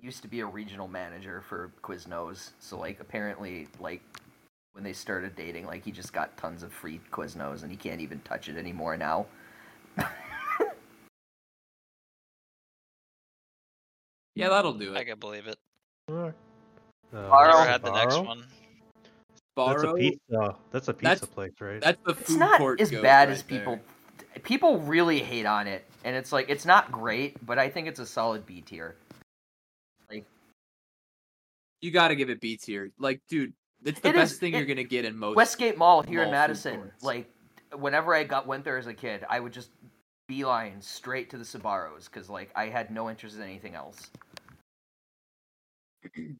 Speaker 3: used to be a regional manager for Quiznos. So like apparently like when they started dating, like he just got tons of free Quiznos and he can't even touch it anymore now.
Speaker 4: Yeah, that'll do
Speaker 1: I
Speaker 4: it.
Speaker 1: can believe it.
Speaker 2: All right. Uh,
Speaker 3: Borrow.
Speaker 1: Never
Speaker 3: Carl-
Speaker 2: what's
Speaker 1: had the next
Speaker 2: Barrow?
Speaker 1: one.
Speaker 2: That's
Speaker 4: Borrow.
Speaker 2: a pizza. That's a pizza
Speaker 4: That's-
Speaker 2: place, right?
Speaker 4: That's the food
Speaker 3: It's not
Speaker 4: court
Speaker 3: as
Speaker 4: goat
Speaker 3: bad
Speaker 4: right
Speaker 3: as people
Speaker 4: there.
Speaker 3: people really hate on it. And it's like it's not great, but I think it's a solid B tier.
Speaker 4: You got to give it B tier. Like, dude, it's the
Speaker 3: It
Speaker 4: best
Speaker 3: is-
Speaker 4: thing you're
Speaker 3: it-
Speaker 4: gonna get in most.
Speaker 3: Westgate Mall here
Speaker 4: Oh, mall food
Speaker 3: in Madison.
Speaker 4: courts.
Speaker 3: Like, whenever I got went there as a kid, I would just beeline straight to the Sabaros because like I had no interest in anything else.
Speaker 4: And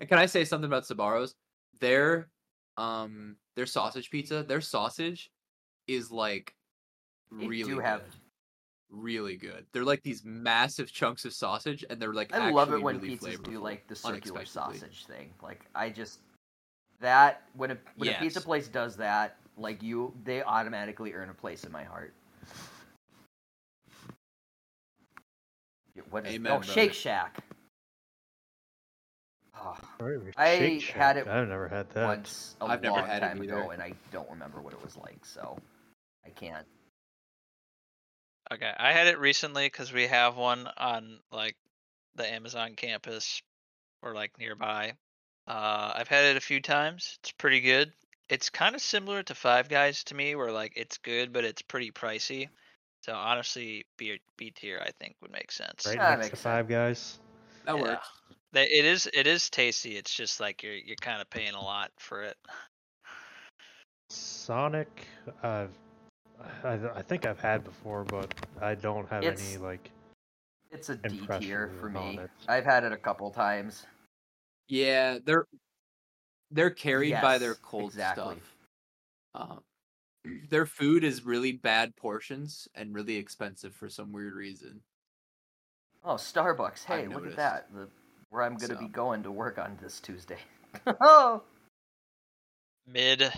Speaker 4: can I say something about Sabaros? Their um their sausage pizza, their sausage is like
Speaker 3: They
Speaker 4: really
Speaker 3: do
Speaker 4: good.
Speaker 3: have-
Speaker 4: really good. They're like these massive chunks of sausage and they're like
Speaker 3: I love it
Speaker 4: actually
Speaker 3: when
Speaker 4: really
Speaker 3: pizzas do
Speaker 4: flavorful,
Speaker 3: like the circular
Speaker 4: unexpectedly.
Speaker 3: sausage thing. Like I just That when a when a pizza
Speaker 4: Yes.
Speaker 3: place does that, like you, they automatically earn a place in my heart. Yeah, What is
Speaker 4: Amen,
Speaker 3: no
Speaker 4: brother.
Speaker 3: Shake Shack? Oh,
Speaker 2: Alright,
Speaker 3: I
Speaker 2: Shake
Speaker 3: had
Speaker 2: Shack,
Speaker 3: it
Speaker 2: I've never had that.
Speaker 3: once a
Speaker 4: I've
Speaker 3: long
Speaker 4: never had it
Speaker 3: time ago,
Speaker 4: either.
Speaker 3: and I don't remember what it was like, so I can't.
Speaker 1: Okay, I had it recently because we have one on like the Amazon campus or like nearby. Uh, I've had it a few times. It's pretty good. It's kind of similar to Five Guys to me, where like it's good, but it's pretty pricey. So honestly, B B tier I think would make sense.
Speaker 2: Right
Speaker 3: That
Speaker 2: next to
Speaker 3: makes sense.
Speaker 2: Five Guys.
Speaker 4: That
Speaker 1: Yeah.
Speaker 4: works.
Speaker 1: They- It is it is tasty. It's just like you're you're kind of paying a lot for it.
Speaker 2: Sonic, uh, I, I think I've had before, but I don't have
Speaker 3: It's-
Speaker 2: any like.
Speaker 3: It's a D tier
Speaker 2: Impression
Speaker 3: for
Speaker 2: on
Speaker 3: me.
Speaker 2: it.
Speaker 3: I've had it a couple times.
Speaker 4: Yeah, they're they're carried by their
Speaker 3: Yes,
Speaker 4: cold
Speaker 3: exactly.
Speaker 4: stuff. Um, their food is really bad portions and really expensive for some weird reason.
Speaker 3: Oh, Starbucks!
Speaker 4: I've
Speaker 3: Hey, look at
Speaker 4: noticed.
Speaker 3: that. The, where I'm gonna
Speaker 4: So.
Speaker 3: be going to work on this Tuesday. oh,
Speaker 1: Mid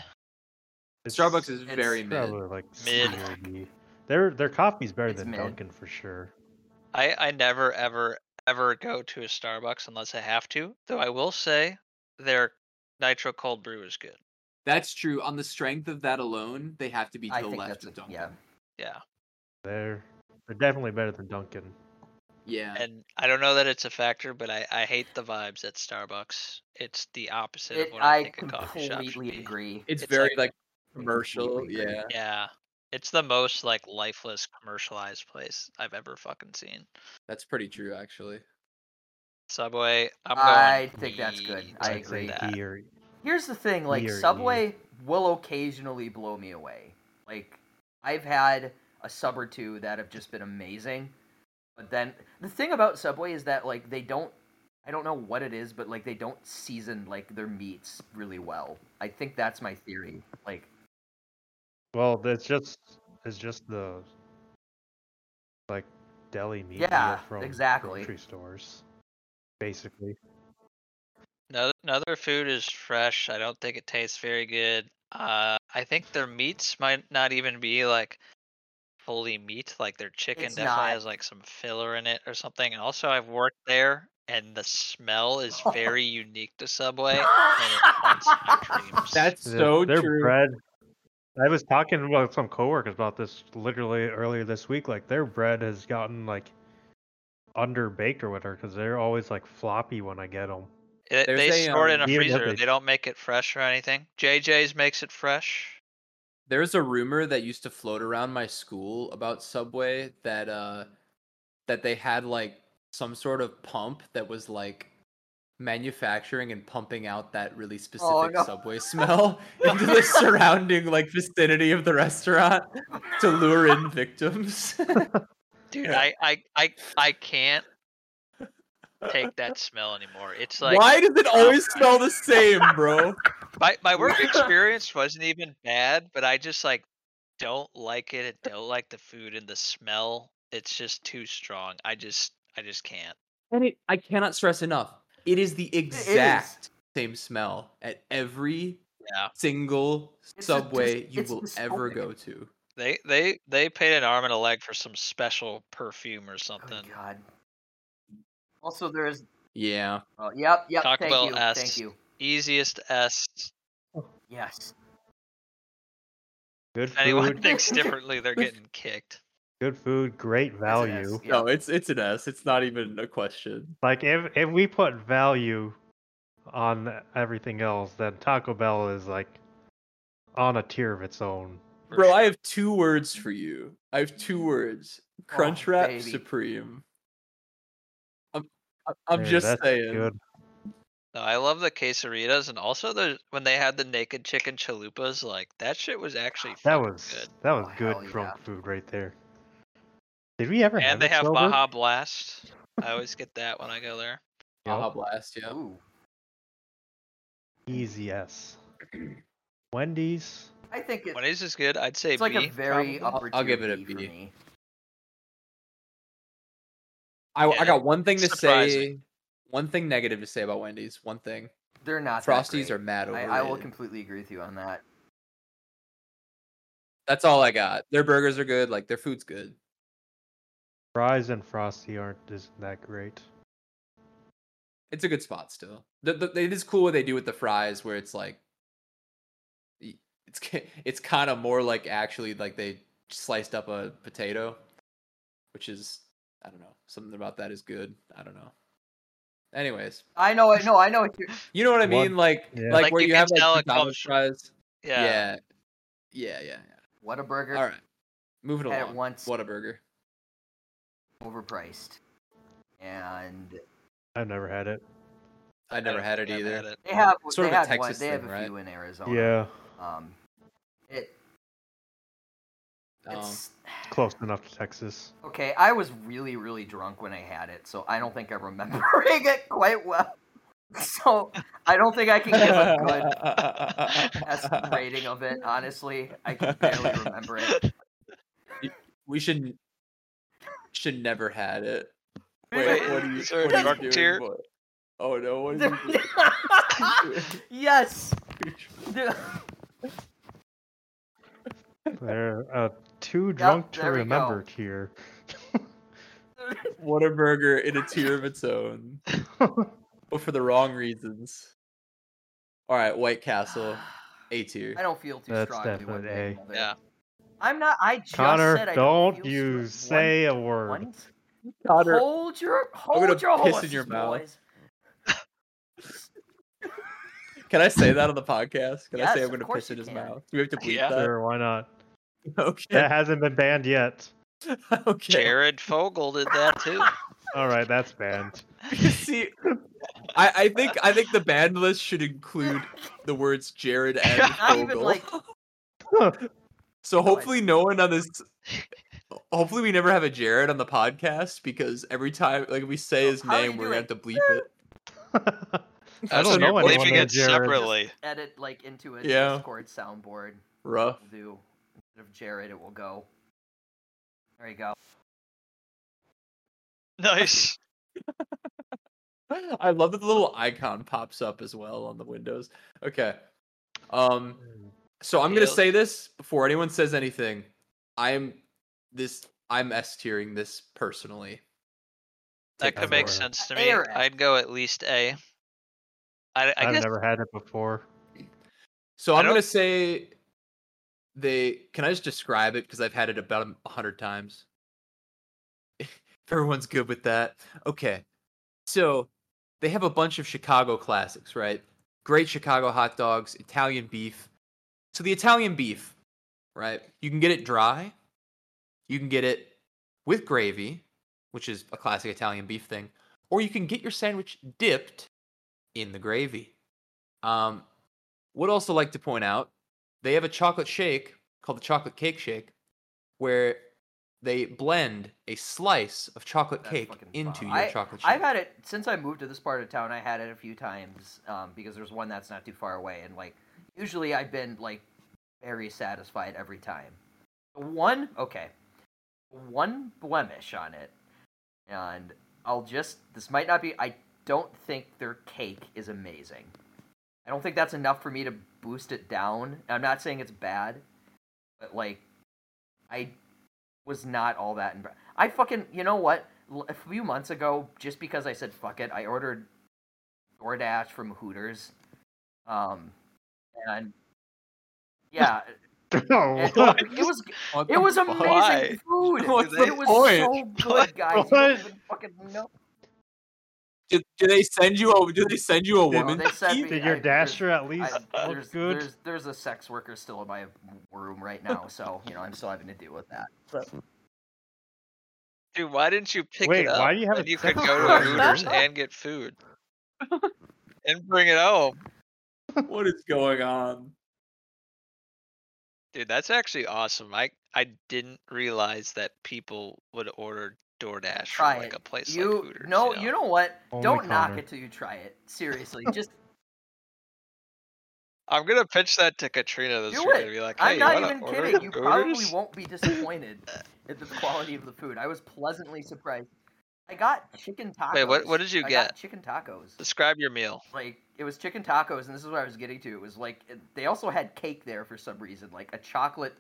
Speaker 2: It's
Speaker 4: Starbucks is very
Speaker 3: it's
Speaker 4: mid.
Speaker 2: probably like
Speaker 1: Mid.
Speaker 2: mid. Their their coffee's better
Speaker 3: It's
Speaker 2: than
Speaker 3: mid.
Speaker 2: Dunkin' for sure.
Speaker 1: I I never ever ever go to a Starbucks unless I have to. Though I will say their nitro cold brew is good.
Speaker 4: That's true. On the strength of that alone, they have to be
Speaker 3: I
Speaker 4: till
Speaker 3: think
Speaker 4: left
Speaker 3: that's
Speaker 4: of
Speaker 3: a,
Speaker 4: Dunkin'.
Speaker 3: yeah.
Speaker 1: Yeah.
Speaker 2: They're they're definitely better than Dunkin'.
Speaker 4: Yeah.
Speaker 1: And I don't know that it's a factor, but I I hate the vibes at Starbucks. It's the opposite
Speaker 3: It,
Speaker 1: of what I,
Speaker 3: I
Speaker 1: think a coffee shop should
Speaker 3: completely
Speaker 1: be.
Speaker 3: agree.
Speaker 4: It's,
Speaker 1: It's
Speaker 4: very
Speaker 1: like-
Speaker 4: like commercial.
Speaker 3: Completely agree.
Speaker 4: Yeah.
Speaker 1: Yeah. It's the most like lifeless commercialized place I've ever fucking seen.
Speaker 4: That's pretty true actually.
Speaker 1: Subway, I'm going
Speaker 3: I think that's good.
Speaker 1: E
Speaker 3: I
Speaker 1: to
Speaker 2: I'd
Speaker 3: agree.
Speaker 2: say
Speaker 1: that.
Speaker 2: E or-
Speaker 3: Here's the thing, like
Speaker 2: Weird.
Speaker 3: Subway will occasionally blow me away. Like I've had a sub or two that have just been amazing. But then the thing about Subway is that like they don't I don't know what it is, but like they don't season like their meats really well. I think that's my theory. Like
Speaker 2: Well, it's just it's just the like deli meat you get
Speaker 3: Yeah,
Speaker 2: from
Speaker 3: exactly.
Speaker 2: grocery stores, basically.
Speaker 1: Another, another food is fresh. I don't think it tastes very good. Uh, I think their meats might not even be like fully meat. Like their chicken
Speaker 3: It's
Speaker 1: definitely
Speaker 3: not.
Speaker 1: has like some filler in it or something. And also, I've worked there, and the smell is very unique to Subway. And
Speaker 3: Oh,
Speaker 1: it haunts my dreams.
Speaker 4: That's
Speaker 2: Their-
Speaker 4: so
Speaker 2: their
Speaker 4: true.
Speaker 2: bread. I was talking with some coworkers about this literally earlier this week. Like their bread has gotten like under baked or whatever because they're always like floppy when I get them.
Speaker 1: It-
Speaker 4: There's
Speaker 1: they
Speaker 4: a,
Speaker 1: store it in
Speaker 2: um,
Speaker 1: a
Speaker 2: even if
Speaker 1: freezer.
Speaker 2: it-
Speaker 1: They don't make it fresh or anything. JJ's makes it fresh.
Speaker 4: There's a rumor that used to float around my school about Subway that uh that they had like some sort of pump that was like manufacturing and pumping out that really specific
Speaker 3: Oh, no.
Speaker 4: Subway smell into the surrounding like vicinity of the restaurant to lure in victims.
Speaker 1: Dude,
Speaker 4: Yeah.
Speaker 1: I, I, I, I can't take that smell anymore. It's like
Speaker 4: Why does it always
Speaker 1: Oh.
Speaker 4: smell the same, bro?
Speaker 1: My my work experience wasn't even bad, but I just like don't like it. I don't like the food and the smell. It's just too strong. I just I just can't.
Speaker 4: And it, I cannot stress enough. It is the exact same smell at every
Speaker 1: Yeah.
Speaker 4: single
Speaker 3: It's a dis-
Speaker 4: subway you
Speaker 3: it's
Speaker 4: will ever
Speaker 3: dystopic.
Speaker 4: go to.
Speaker 1: They they they paid an arm and a leg for some special perfume or
Speaker 3: oh
Speaker 1: something.
Speaker 3: god. Also there is
Speaker 4: Yeah.
Speaker 3: oh yep, yep,
Speaker 1: Taco
Speaker 3: thank
Speaker 1: Bell
Speaker 3: you.
Speaker 1: asks-
Speaker 3: Thank you.
Speaker 1: Easiest S.
Speaker 3: Yes.
Speaker 2: Good
Speaker 1: If anyone
Speaker 2: food,
Speaker 1: thinks differently, they're getting kicked.
Speaker 2: good food, great
Speaker 3: That's an S,
Speaker 2: value.
Speaker 3: yeah.
Speaker 4: No, it's it's an S. It's not even a question.
Speaker 2: Like if if we put value on everything else, then Taco Bell is like on a tier of its own.
Speaker 1: for
Speaker 4: Bro,
Speaker 1: sure.
Speaker 4: I have two words for you. I have two words.
Speaker 3: Oh,
Speaker 4: Crunchwrap
Speaker 3: baby.
Speaker 4: Supreme. I'm I- I'm
Speaker 2: Man,
Speaker 4: just
Speaker 2: that's
Speaker 4: saying.
Speaker 2: Good.
Speaker 1: No, I love the quesaritas and also the when they had the naked chicken chalupas, like that shit was actually
Speaker 2: That
Speaker 1: fucking
Speaker 2: was
Speaker 1: good.
Speaker 2: that was
Speaker 3: Oh,
Speaker 2: good
Speaker 3: hell
Speaker 2: drunk
Speaker 3: yeah.
Speaker 2: food right there. Did we ever have
Speaker 1: And they
Speaker 2: it
Speaker 1: have
Speaker 2: sober?
Speaker 1: Baja Blast. I always get that when I go there.
Speaker 2: Yep.
Speaker 4: Baja Blast, yeah.
Speaker 3: Ooh.
Speaker 2: Easy yes. Wendy's.
Speaker 3: I think it's,
Speaker 1: When is this good? I'd say
Speaker 3: it's like
Speaker 1: B,
Speaker 3: a very
Speaker 1: probably.
Speaker 3: upper
Speaker 4: I'll
Speaker 3: tier
Speaker 4: give it a
Speaker 3: B for
Speaker 4: B.
Speaker 3: me.
Speaker 4: I,
Speaker 1: Yeah,
Speaker 4: I got one thing to
Speaker 1: surprising.
Speaker 4: say. One thing negative to say about Wendy's. One thing.
Speaker 3: They're not. that
Speaker 4: Frosties
Speaker 3: great.
Speaker 4: are mad
Speaker 3: I,
Speaker 4: overrated.
Speaker 3: I will completely agree with you on that.
Speaker 4: That's all I got. Their burgers are good. Like their food's good.
Speaker 2: Fries and Frosty aren't is that great.
Speaker 4: It's a good spot still. The, the, it is cool what they do with the fries, where it's like, y- it's ki- it's kind of more like actually like they sliced up a potato, which is I don't know something about that is good. I don't know. Anyways,
Speaker 3: I know. I know. I know. What you're...
Speaker 4: you know what I
Speaker 2: One-
Speaker 4: mean? Like
Speaker 2: yeah.
Speaker 4: like,
Speaker 1: Like,
Speaker 4: where
Speaker 1: you
Speaker 4: you,
Speaker 1: can
Speaker 4: have
Speaker 1: tell
Speaker 4: like
Speaker 1: it
Speaker 4: McDonald's
Speaker 1: comes-
Speaker 4: fries.
Speaker 1: Yeah.
Speaker 4: yeah, yeah, yeah.
Speaker 3: What a
Speaker 4: yeah.
Speaker 3: burger.
Speaker 4: All right, moving
Speaker 3: Had it
Speaker 4: along.
Speaker 3: once.
Speaker 4: What a burger.
Speaker 3: Overpriced. And
Speaker 2: I've never had it.
Speaker 4: I never had it either.
Speaker 3: they have.
Speaker 4: Sort
Speaker 3: they
Speaker 4: of a
Speaker 3: have one.
Speaker 4: Texas
Speaker 3: They have
Speaker 4: thing,
Speaker 3: a
Speaker 4: right?
Speaker 3: few in Arizona.
Speaker 2: Yeah,
Speaker 3: Um. It.
Speaker 4: Um,
Speaker 3: It's,
Speaker 2: close enough to Texas.
Speaker 3: Okay, I was really, really drunk when I had it, so I don't think I'm remembering it quite well. So I don't think I can give a good S rating of it, honestly. I can barely remember it.
Speaker 4: we should should never had it.
Speaker 1: Wait,
Speaker 4: what are you,
Speaker 1: is there a
Speaker 4: what are you
Speaker 1: drunk
Speaker 4: doing?
Speaker 1: tier?
Speaker 4: What- Oh no! What are you
Speaker 3: yes!
Speaker 4: doing?
Speaker 3: Dude,
Speaker 2: They're uh, too drunk to
Speaker 3: there we go.
Speaker 2: remember here.
Speaker 4: what a burger in a tier of its own, but for the wrong reasons. All right, White Castle, A tier.
Speaker 3: I don't feel too
Speaker 2: That's
Speaker 3: strongly one way or
Speaker 2: definitely
Speaker 3: another.
Speaker 1: Yeah.
Speaker 3: I'm not. I just
Speaker 2: Connor,
Speaker 3: said I
Speaker 2: don't,
Speaker 3: feel
Speaker 2: you
Speaker 3: str- one-
Speaker 2: say a word.
Speaker 3: one-
Speaker 4: Connor,
Speaker 3: Hold your hold
Speaker 4: gonna
Speaker 3: your
Speaker 4: piss in
Speaker 3: horses,
Speaker 4: your mouth.
Speaker 3: boys.
Speaker 4: can I say that on the podcast? Can I
Speaker 3: Yes,
Speaker 4: say I'm
Speaker 3: of
Speaker 4: going to
Speaker 3: course
Speaker 4: piss in
Speaker 3: you
Speaker 4: his
Speaker 3: can.
Speaker 4: mouth? Do we have to bleep
Speaker 1: Yeah.
Speaker 4: that?
Speaker 2: Sure, why not?
Speaker 4: Okay.
Speaker 2: That hasn't been banned yet.
Speaker 4: okay.
Speaker 1: Jared Fogle did that too.
Speaker 2: All right, that's banned.
Speaker 4: See, I, I think I think the band list should include the words Jared and
Speaker 3: Not even,
Speaker 4: Fogel.
Speaker 3: like-
Speaker 4: so hopefully no one on this. Hopefully we never have a Jared on the podcast because every time like we say his
Speaker 3: How are you
Speaker 4: name, we're gonna have to bleep it.
Speaker 2: I
Speaker 1: So
Speaker 2: don't know
Speaker 1: you're
Speaker 2: anyone
Speaker 1: bleeping
Speaker 2: named Jared.
Speaker 1: it separately.
Speaker 3: Edit like into a
Speaker 4: Yeah.
Speaker 3: Discord soundboard.
Speaker 4: Rough.
Speaker 3: will do. Instead of Jared, it will go. There you go.
Speaker 1: Nice.
Speaker 4: I love that the little icon pops up as well on the windows. Okay. Um. So I'm gonna
Speaker 1: Yep.
Speaker 4: say this before anyone says anything. I'm this. I'm S tiering this personally.
Speaker 1: That
Speaker 4: Take
Speaker 1: could
Speaker 4: my
Speaker 1: make
Speaker 4: word.
Speaker 1: sense to me.
Speaker 3: Air it.
Speaker 1: I'd go at least A. I, I
Speaker 2: I've
Speaker 1: guess
Speaker 2: never had it before.
Speaker 4: So
Speaker 1: I
Speaker 4: I'm gonna
Speaker 1: don't-
Speaker 4: say they can I just describe it because I've had it about a hundred times. if everyone's good with that. Okay. So they have a bunch of Chicago classics, right? Great Chicago hot dogs, Italian beef. So the Italian beef, right? You can get it dry. You can get it with gravy, which is a classic Italian beef thing, or you can get your sandwich dipped in the gravy. Um, would also like to point out they have a chocolate shake called the chocolate cake shake where they blend a slice of chocolate
Speaker 3: That's
Speaker 4: cake
Speaker 3: fucking
Speaker 4: into
Speaker 3: bomb.
Speaker 4: your
Speaker 3: I-
Speaker 4: chocolate shake.
Speaker 3: I've had it since I moved to this part of town. I had it a few times um, because there's one that's not too far away, and like usually I've been like very satisfied every time. One okay, one blemish on it, and I'll just this might not be. I don't think their cake is amazing. I don't think that's enough for me to boost it down. I'm not saying it's bad, but like I was not all that impressed. I fucking, you know what? L- A few months ago, just because I said fuck it, I ordered DoorDash from Hooters. Um, and yeah, and it
Speaker 2: what?
Speaker 3: was
Speaker 4: What
Speaker 3: it
Speaker 4: the
Speaker 3: was
Speaker 4: fuck?
Speaker 3: amazing
Speaker 1: Why?
Speaker 3: food.
Speaker 4: What's
Speaker 1: the
Speaker 3: it was
Speaker 4: point?
Speaker 3: so good, guys. You don't
Speaker 2: What?
Speaker 3: even fucking know.
Speaker 4: Do, do they send you a do they send you a
Speaker 3: No,
Speaker 4: woman?
Speaker 3: they sent me-
Speaker 2: Did your
Speaker 3: I-
Speaker 2: dasher at
Speaker 3: I-
Speaker 2: least
Speaker 3: there's,
Speaker 2: look good?
Speaker 3: There's, there's a sex worker still in my room right now, so you know I'm still having to deal with that.
Speaker 1: dude, why didn't you pick
Speaker 2: Wait,
Speaker 1: it up?
Speaker 2: why do you have
Speaker 1: and
Speaker 2: a
Speaker 1: you could
Speaker 2: sex
Speaker 1: go to a
Speaker 2: worker?
Speaker 1: Hooters and get food and bring it home.
Speaker 4: what is going on?
Speaker 1: Dude, that's actually awesome. I I didn't realize that people would order DoorDash
Speaker 3: Try
Speaker 1: from like
Speaker 3: it.
Speaker 1: a place
Speaker 3: you
Speaker 1: like Hooters.
Speaker 3: no, you know what?
Speaker 2: Only
Speaker 3: Don't knock
Speaker 2: Connor.
Speaker 3: it till you try it. Seriously, just
Speaker 1: I'm gonna pitch that to Katrina this
Speaker 3: Do
Speaker 1: year
Speaker 3: it.
Speaker 1: and be like, hey,
Speaker 3: I'm not
Speaker 1: wanna
Speaker 3: even
Speaker 1: order
Speaker 3: kidding. You probably
Speaker 1: Hooters?"
Speaker 3: won't be disappointed at the quality of the food. I was pleasantly surprised. I got chicken tacos.
Speaker 1: Wait, what- what did you
Speaker 3: I
Speaker 1: get?
Speaker 3: Got chicken tacos.
Speaker 1: Describe your meal.
Speaker 3: like it was chicken tacos and this is what i was getting to it was like it- they also had cake there for some reason like a chocolate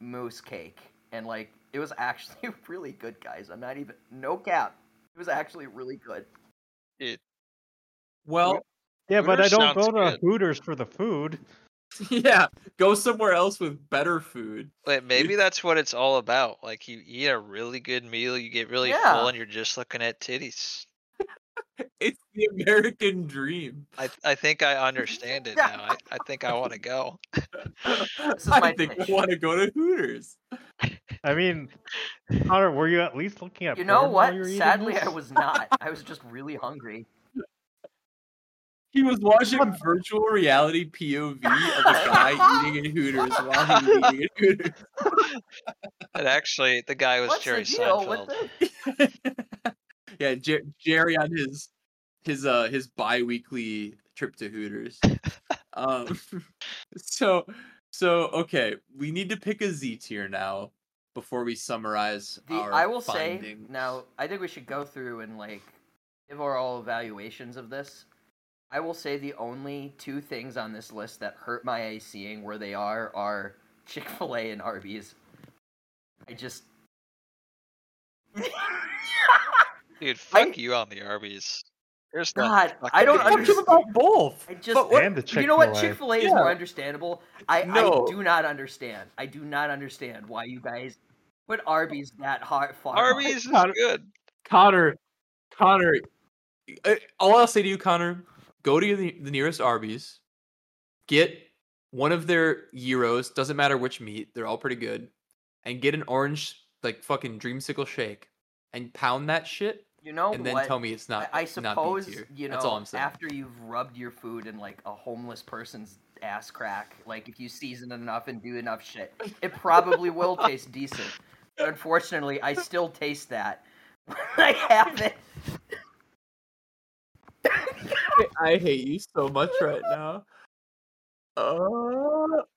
Speaker 3: mousse cake and like it was actually really good guys i'm not even no cap it was actually really good
Speaker 4: Well,
Speaker 2: Yeah, but I
Speaker 1: Hooters
Speaker 2: don't
Speaker 1: sounds
Speaker 2: go to
Speaker 1: good.
Speaker 2: Hooters for the food.
Speaker 4: yeah, go somewhere else with better food.
Speaker 1: Wait, maybe that's what it's all about. Like you eat a really good meal, you get really
Speaker 3: Yeah.
Speaker 1: full, and you're just looking at titties.
Speaker 4: It's the American dream.
Speaker 1: I I think I understand it now. I, I think I want to go.
Speaker 3: is
Speaker 4: I
Speaker 3: my
Speaker 4: think
Speaker 3: dish.
Speaker 4: I want to go to Hooters.
Speaker 2: I mean, Connor, were you at least looking at?
Speaker 3: you know
Speaker 2: porn while
Speaker 3: what
Speaker 2: you were eating
Speaker 3: sadly i
Speaker 2: this?
Speaker 3: was not i was just really hungry
Speaker 4: He was watching virtual reality POV of a guy eating at Hooters while he was eating at Hooters.
Speaker 1: And actually, the guy was
Speaker 3: what's
Speaker 1: Jerry
Speaker 3: the deal with
Speaker 1: Seinfeld.
Speaker 3: this?
Speaker 4: yeah, Jer- Jerry on his his uh his bi-weekly trip to Hooters. um so so okay, we need to pick a Z tier now before we summarize
Speaker 3: The,
Speaker 4: our
Speaker 3: I will say
Speaker 4: findings.
Speaker 3: now. I think we should go through and like give our all evaluations of this. I will say the only two things on this list that hurt my eyes seeing where they are are Chick Fil A and Arby's. I just.
Speaker 1: Dude, fuck you on the Arby's. There's no
Speaker 3: God,
Speaker 1: fucking
Speaker 3: I don't
Speaker 4: Fuck him
Speaker 1: Arby's.
Speaker 3: understand.
Speaker 4: about both.
Speaker 3: I just.
Speaker 4: But what-
Speaker 2: And the
Speaker 3: you know what?
Speaker 2: Chick-fil-A.
Speaker 3: Chick Fil A is
Speaker 4: Yeah.
Speaker 3: more understandable. I,
Speaker 4: No.
Speaker 3: I do not understand. I do not understand why you guys put Arby's that hard. Far up.
Speaker 1: Arby's is
Speaker 4: Connor-
Speaker 1: good.
Speaker 4: Connor, Connor, uh, all I'll say to you, Connor, go to the, the nearest Arby's, get one of their gyros. Doesn't matter which meat; they're all pretty good, and get an orange like fucking dreamsicle shake, and pound that shit,
Speaker 3: You know
Speaker 4: and then
Speaker 3: Oh, what?
Speaker 4: tell me it's
Speaker 3: I,
Speaker 4: not.
Speaker 3: I
Speaker 4: not B
Speaker 3: suppose
Speaker 4: tier.
Speaker 3: you know
Speaker 4: That's all I'm saying.
Speaker 3: after you've rubbed your food in like a homeless person's ass crack, like if you season it enough and do enough shit, it probably will taste decent. But unfortunately, I still taste that. I haven't.
Speaker 4: I hate you so much right now. Uh,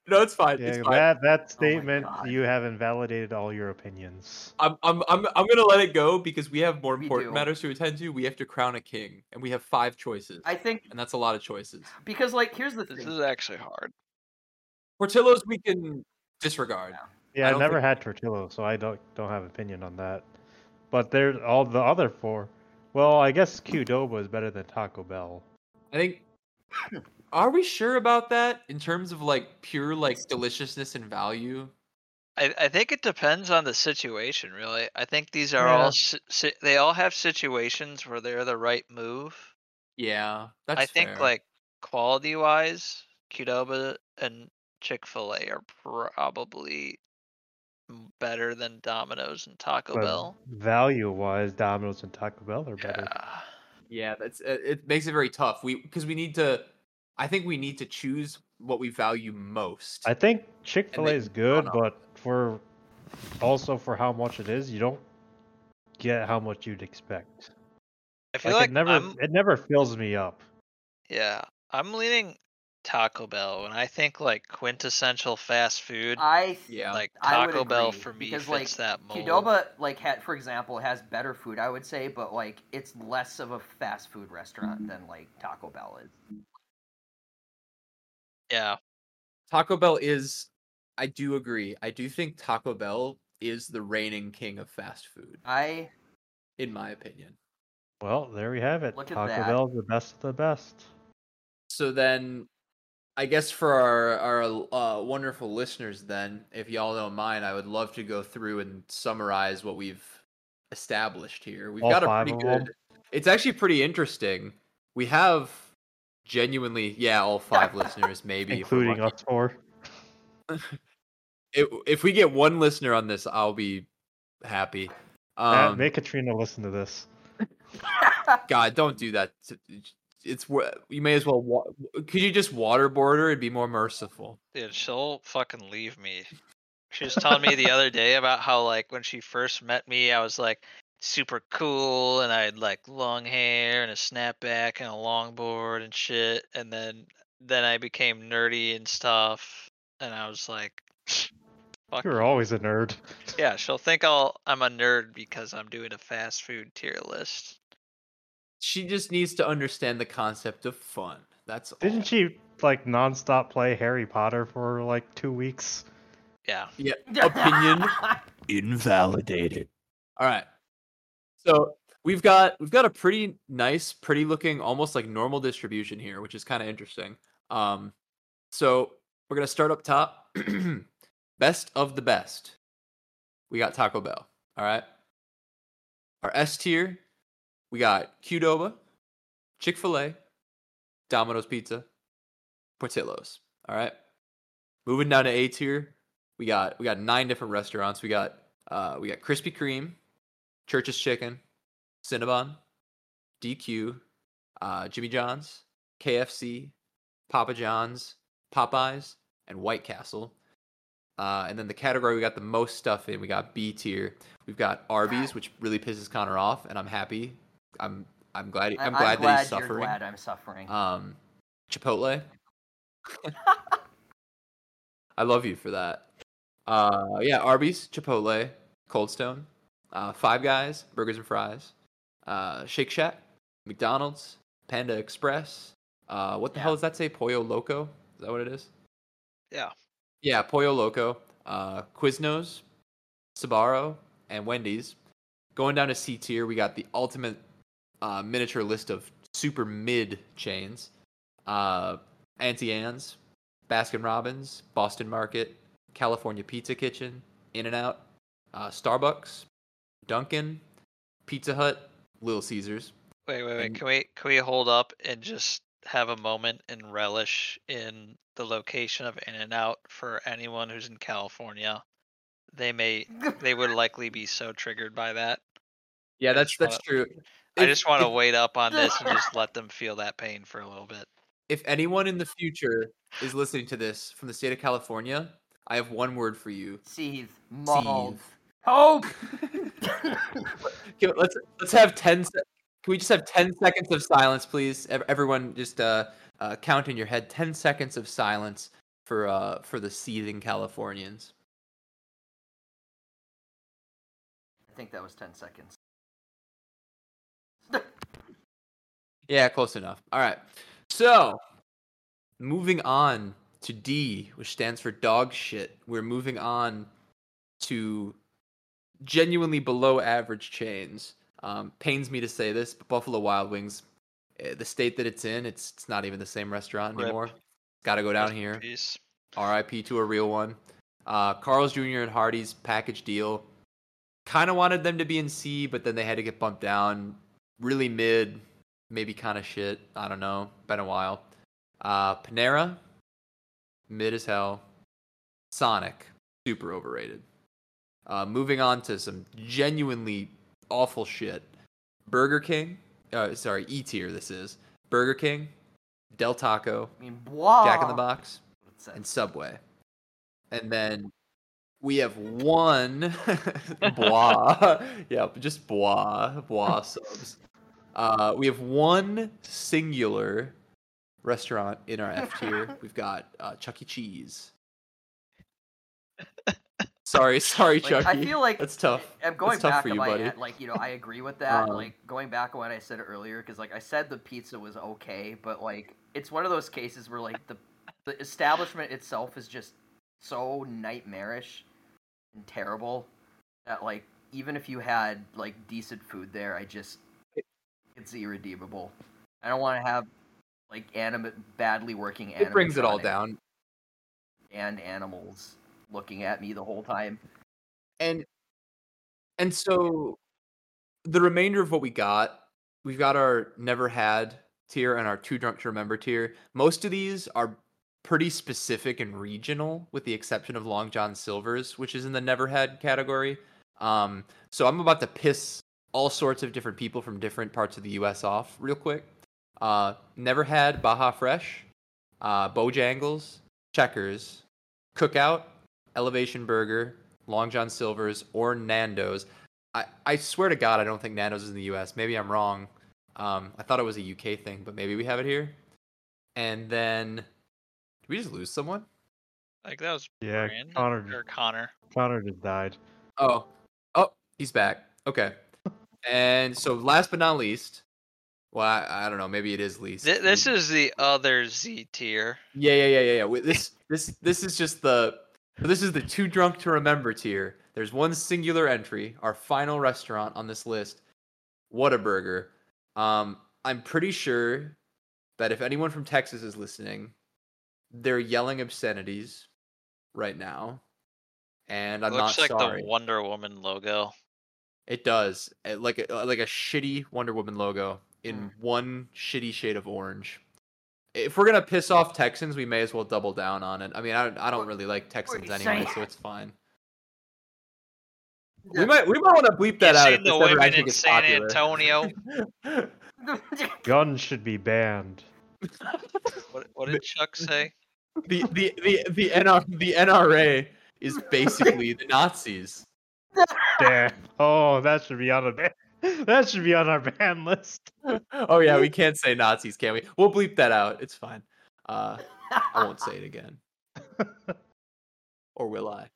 Speaker 4: no, it's fine. it's
Speaker 2: Yeah,
Speaker 4: fine.
Speaker 2: that that statement
Speaker 3: Oh God.
Speaker 2: you have invalidated all your opinions.
Speaker 4: I'm, I'm, I'm, I'm gonna let it go because we have more
Speaker 3: We
Speaker 4: important
Speaker 3: do.
Speaker 4: matters to attend to. We have to crown a king, and we have five choices,
Speaker 3: I think
Speaker 4: and that's a lot of choices.
Speaker 3: because like here's the
Speaker 1: This
Speaker 3: thing.
Speaker 1: is actually hard.
Speaker 4: Portillo's we can disregard.
Speaker 2: Yeah,
Speaker 4: I
Speaker 2: I,
Speaker 4: don't
Speaker 2: never
Speaker 4: think-
Speaker 2: had tortillo, so I don't don't have opinion on that. But there's all the other four. Well, I guess Qdoba is better than Taco Bell.
Speaker 4: I think. Are we sure about that in terms of like pure like deliciousness and value?
Speaker 1: I, I think it depends on the situation, really. I think these are
Speaker 2: Yeah.
Speaker 1: all si- si- they all have situations where they're the right move.
Speaker 4: Yeah, that's.
Speaker 1: I think
Speaker 4: fair.
Speaker 1: like quality wise, Qdoba and Chick Fil A are probably m- better than Domino's and Taco Bell.
Speaker 2: value wise, Domino's and Taco Bell are better.
Speaker 1: Yeah.
Speaker 4: Yeah, that's it, it makes it very tough. We because we need to. I think we need to choose what we value most.
Speaker 2: I think Chick Fil A
Speaker 4: they
Speaker 2: is good,
Speaker 4: on
Speaker 2: but for also for how much it is, you don't get how much you'd expect.
Speaker 1: I feel
Speaker 2: Like,
Speaker 1: like,
Speaker 2: it never
Speaker 1: I'm,
Speaker 2: it never fills me up.
Speaker 1: yeah, I'm leaning Taco Bell, and I think like quintessential fast food,
Speaker 3: I
Speaker 4: yeah,
Speaker 1: like
Speaker 3: I would
Speaker 1: Taco Bell
Speaker 3: agree,
Speaker 1: for me
Speaker 3: because,
Speaker 1: fits
Speaker 3: like,
Speaker 1: that mold.
Speaker 3: Qdoba like had for example has better food I would say, but like it's less of a fast food restaurant than like Taco Bell is.
Speaker 1: yeah,
Speaker 4: Taco Bell is. I do agree. I do think Taco Bell is the reigning king of fast food,
Speaker 3: I
Speaker 4: in my opinion.
Speaker 2: Well, there we have it.
Speaker 3: Look at
Speaker 2: Taco
Speaker 3: that.
Speaker 2: Bell's the best of the best.
Speaker 4: So then, I guess for our our uh, wonderful listeners, then, if y'all don't mind, I would love to go through and summarize what we've established here. We've
Speaker 2: All
Speaker 4: got a
Speaker 2: five
Speaker 4: pretty
Speaker 2: of 'em?
Speaker 4: good. It's actually pretty interesting. We have genuinely, yeah, all five listeners, maybe, if we're
Speaker 2: including
Speaker 4: lucky.
Speaker 2: us four.
Speaker 4: If, if we get one listener on this, I'll be happy.
Speaker 2: Matt,
Speaker 4: Um,
Speaker 2: make Katrina listen to this.
Speaker 4: God, don't do that. to- It's wor- you may as well. Wa- could you just waterboard her? It'd be more merciful.
Speaker 1: dude, she'll fucking leave me. She was telling me the other day about how like when she first met me, I was like super cool, and I had like long hair and a snapback and a longboard and shit, and then then I became nerdy and stuff, and I was like. Fuck
Speaker 2: You're always a nerd.
Speaker 1: Yeah, she'll think I'll I'm a nerd because I'm doing a fast food tier list.
Speaker 4: She just needs to understand the concept of fun. That's all.
Speaker 2: Didn't she like nonstop play Harry Potter for like two weeks?
Speaker 1: Yeah.
Speaker 4: Yeah. Opinion. invalidated. All right. So we've got we've got a pretty nice, pretty looking, almost like normal distribution here, which is kind of interesting. Um, so we're gonna start up top. best of the best. We got Taco Bell. All right. Our S tier, we got Qdoba, Chick Fil A, Domino's Pizza, Portillo's. All right. Moving down to A tier, we got we got nine different restaurants. We got uh, we got Krispy Kreme, Church's Chicken, Cinnabon, DQ, uh, Jimmy John's, KFC, Papa John's, Popeyes, and White Castle. Uh, and then the category we got the most stuff in, we got B tier. We've got Arby's, which really pisses Connor off, and I'm happy. I'm I'm glad
Speaker 3: I-
Speaker 4: I'm, glad, that he's
Speaker 3: you're
Speaker 4: suffering.
Speaker 3: glad I'm suffering.
Speaker 4: Um, Chipotle. I love you for that. Uh, yeah, Arby's, Chipotle, Cold Stone, uh, Five Guys, Burgers and Fries, uh, Shake Shack, McDonald's, Panda Express. Uh, what the hell
Speaker 3: Yeah.
Speaker 4: does that say? Pollo Loco? Is that what it is?
Speaker 1: Yeah.
Speaker 4: Yeah, Pollo Loco, uh, Quiznos, Sabaro, and Wendy's. Going down to C tier, we got the ultimate uh, miniature list of super mid chains uh, Auntie Anne's, Baskin Robbins, Boston Market, California Pizza Kitchen, In N Out, uh, Starbucks, Dunkin', Pizza Hut, Little Caesars.
Speaker 1: Wait, wait, wait.
Speaker 4: And-
Speaker 1: Can we can we hold up and just have a moment and relish in the location of In and Out for anyone who's in California? They may
Speaker 4: Uh,
Speaker 1: they would likely be so triggered by that.
Speaker 4: Yeah, that's
Speaker 1: that's-
Speaker 4: that's
Speaker 1: that's
Speaker 4: true.
Speaker 1: I just want to wait up on this and just let them feel that pain for a little bit.
Speaker 4: If anyone in the future is listening to this from the state of California, I have one word for you.
Speaker 3: Seethe. Mauled. Hope.
Speaker 4: Can- Let's let's have ten. se- Can we just have ten seconds of silence, please? Ev- Everyone, just uh, uh, count in your head ten seconds of silence for uh, for the seething Californians.
Speaker 3: I think that was 10 seconds.
Speaker 4: Yeah, close enough. All right. So, moving on to D, which stands for dog shit. We're moving on to genuinely below average chains. Um, pains me to say this, but Buffalo Wild Wings, eh, the state that it's in, it's, it's not even the same restaurant
Speaker 1: Rip.
Speaker 4: anymore. Got to go down
Speaker 1: Rest in
Speaker 4: here.
Speaker 1: peace.
Speaker 4: RIP to a real one. Uh, Carl's Jr. and Hardy's package deal. Kind of wanted them to be in C, but then they had to get bumped down. Really mid, maybe kind of shit. I don't know. Been a while. Uh, Panera, mid as hell. Sonic, super overrated. Uh, moving on to some genuinely awful shit. Burger King, uh, sorry, E tier this is. Burger King, Del Taco,
Speaker 3: I mean, blah.
Speaker 4: Jack in the Box,
Speaker 3: That's it.
Speaker 4: and Subway. And then we have one bois. yeah, just bois, bois subs. Uh, we have one singular restaurant in our F tier. We've got uh, Chuck E. Cheese. Sorry, sorry,
Speaker 3: Like,
Speaker 4: Chucky.
Speaker 3: I feel like
Speaker 4: that's tough.
Speaker 3: I'm going
Speaker 4: That's tough
Speaker 3: back
Speaker 4: for
Speaker 3: to
Speaker 4: you,
Speaker 3: my
Speaker 4: buddy.
Speaker 3: aunt, like you know I agree with that.
Speaker 4: Um,
Speaker 3: like going back on what I said earlier, because like I said the pizza was okay, but like it's one of those cases where like the the establishment itself is just so nightmarish and terrible that like even if you had like decent food there, I just it's irredeemable. I don't want to have like animate badly working.
Speaker 4: It brings it all
Speaker 3: animatronics
Speaker 4: down.
Speaker 3: And animals looking at me the whole time.
Speaker 4: and and so the remainder of what we got we've got our never had tier and our too drunk to remember tier most of these are pretty specific and regional with the exception of long john silvers which is in the never had category um, so i'm about to piss all sorts of different people from different parts of the us off real quick uh, never had baja fresh uh, bojangles checkers cookout elevation burger Long John Silver's or Nando's. I, I swear to God, I don't think Nando's is in the U.S. Maybe I'm wrong. Um, I thought it was a U.K. thing, but maybe we have it here. And then, did we just lose someone?
Speaker 1: Like that was
Speaker 2: Yeah,
Speaker 1: Brandon
Speaker 2: Connor
Speaker 1: or Connor.
Speaker 2: Connor just died.
Speaker 4: Oh, oh, he's back. Okay. And so, last but not least, well, I, I don't know. Maybe it is least. Mm.
Speaker 1: Th- this
Speaker 4: Maybe-
Speaker 1: is the other Z tier.
Speaker 4: Yeah, yeah, yeah, yeah, yeah. Wait, This, this, this is just the. This is the too drunk to remember tier. There's one singular entry. Our final restaurant on this list, Whataburger. Um, I'm pretty sure that if anyone from Texas is listening, they're yelling obscenities right now, and I'm
Speaker 1: Looks
Speaker 4: not
Speaker 1: like
Speaker 4: sorry.
Speaker 1: the Wonder Woman logo.
Speaker 4: It does. Uh, Like a, like a shitty Wonder Woman logo in
Speaker 3: Mm.
Speaker 4: one shitty shade of orange. If we're gonna piss off Texans, we may as well double down on it. I mean, I, don't- I don't
Speaker 3: What-
Speaker 4: really like Texans
Speaker 3: you
Speaker 4: anyway,
Speaker 3: saying?
Speaker 4: so it's fine.
Speaker 3: Yeah.
Speaker 4: We might we might want to bleep that
Speaker 1: you
Speaker 4: out.
Speaker 1: seen
Speaker 4: if
Speaker 1: the
Speaker 4: this ever
Speaker 1: women
Speaker 4: actually
Speaker 1: in
Speaker 4: gets
Speaker 1: San
Speaker 4: popular.
Speaker 1: Antonio?
Speaker 2: Guns should be banned.
Speaker 1: what, what did Chuck say?
Speaker 4: the the the the, NR, the NRA is basically the Nazis.
Speaker 2: Damn. Oh, that should be on a ban. That should be on our ban list.
Speaker 4: Oh yeah, we can't say Nazis, can we? We'll bleep that out. It's fine. Uh, I won't say it again. or will I?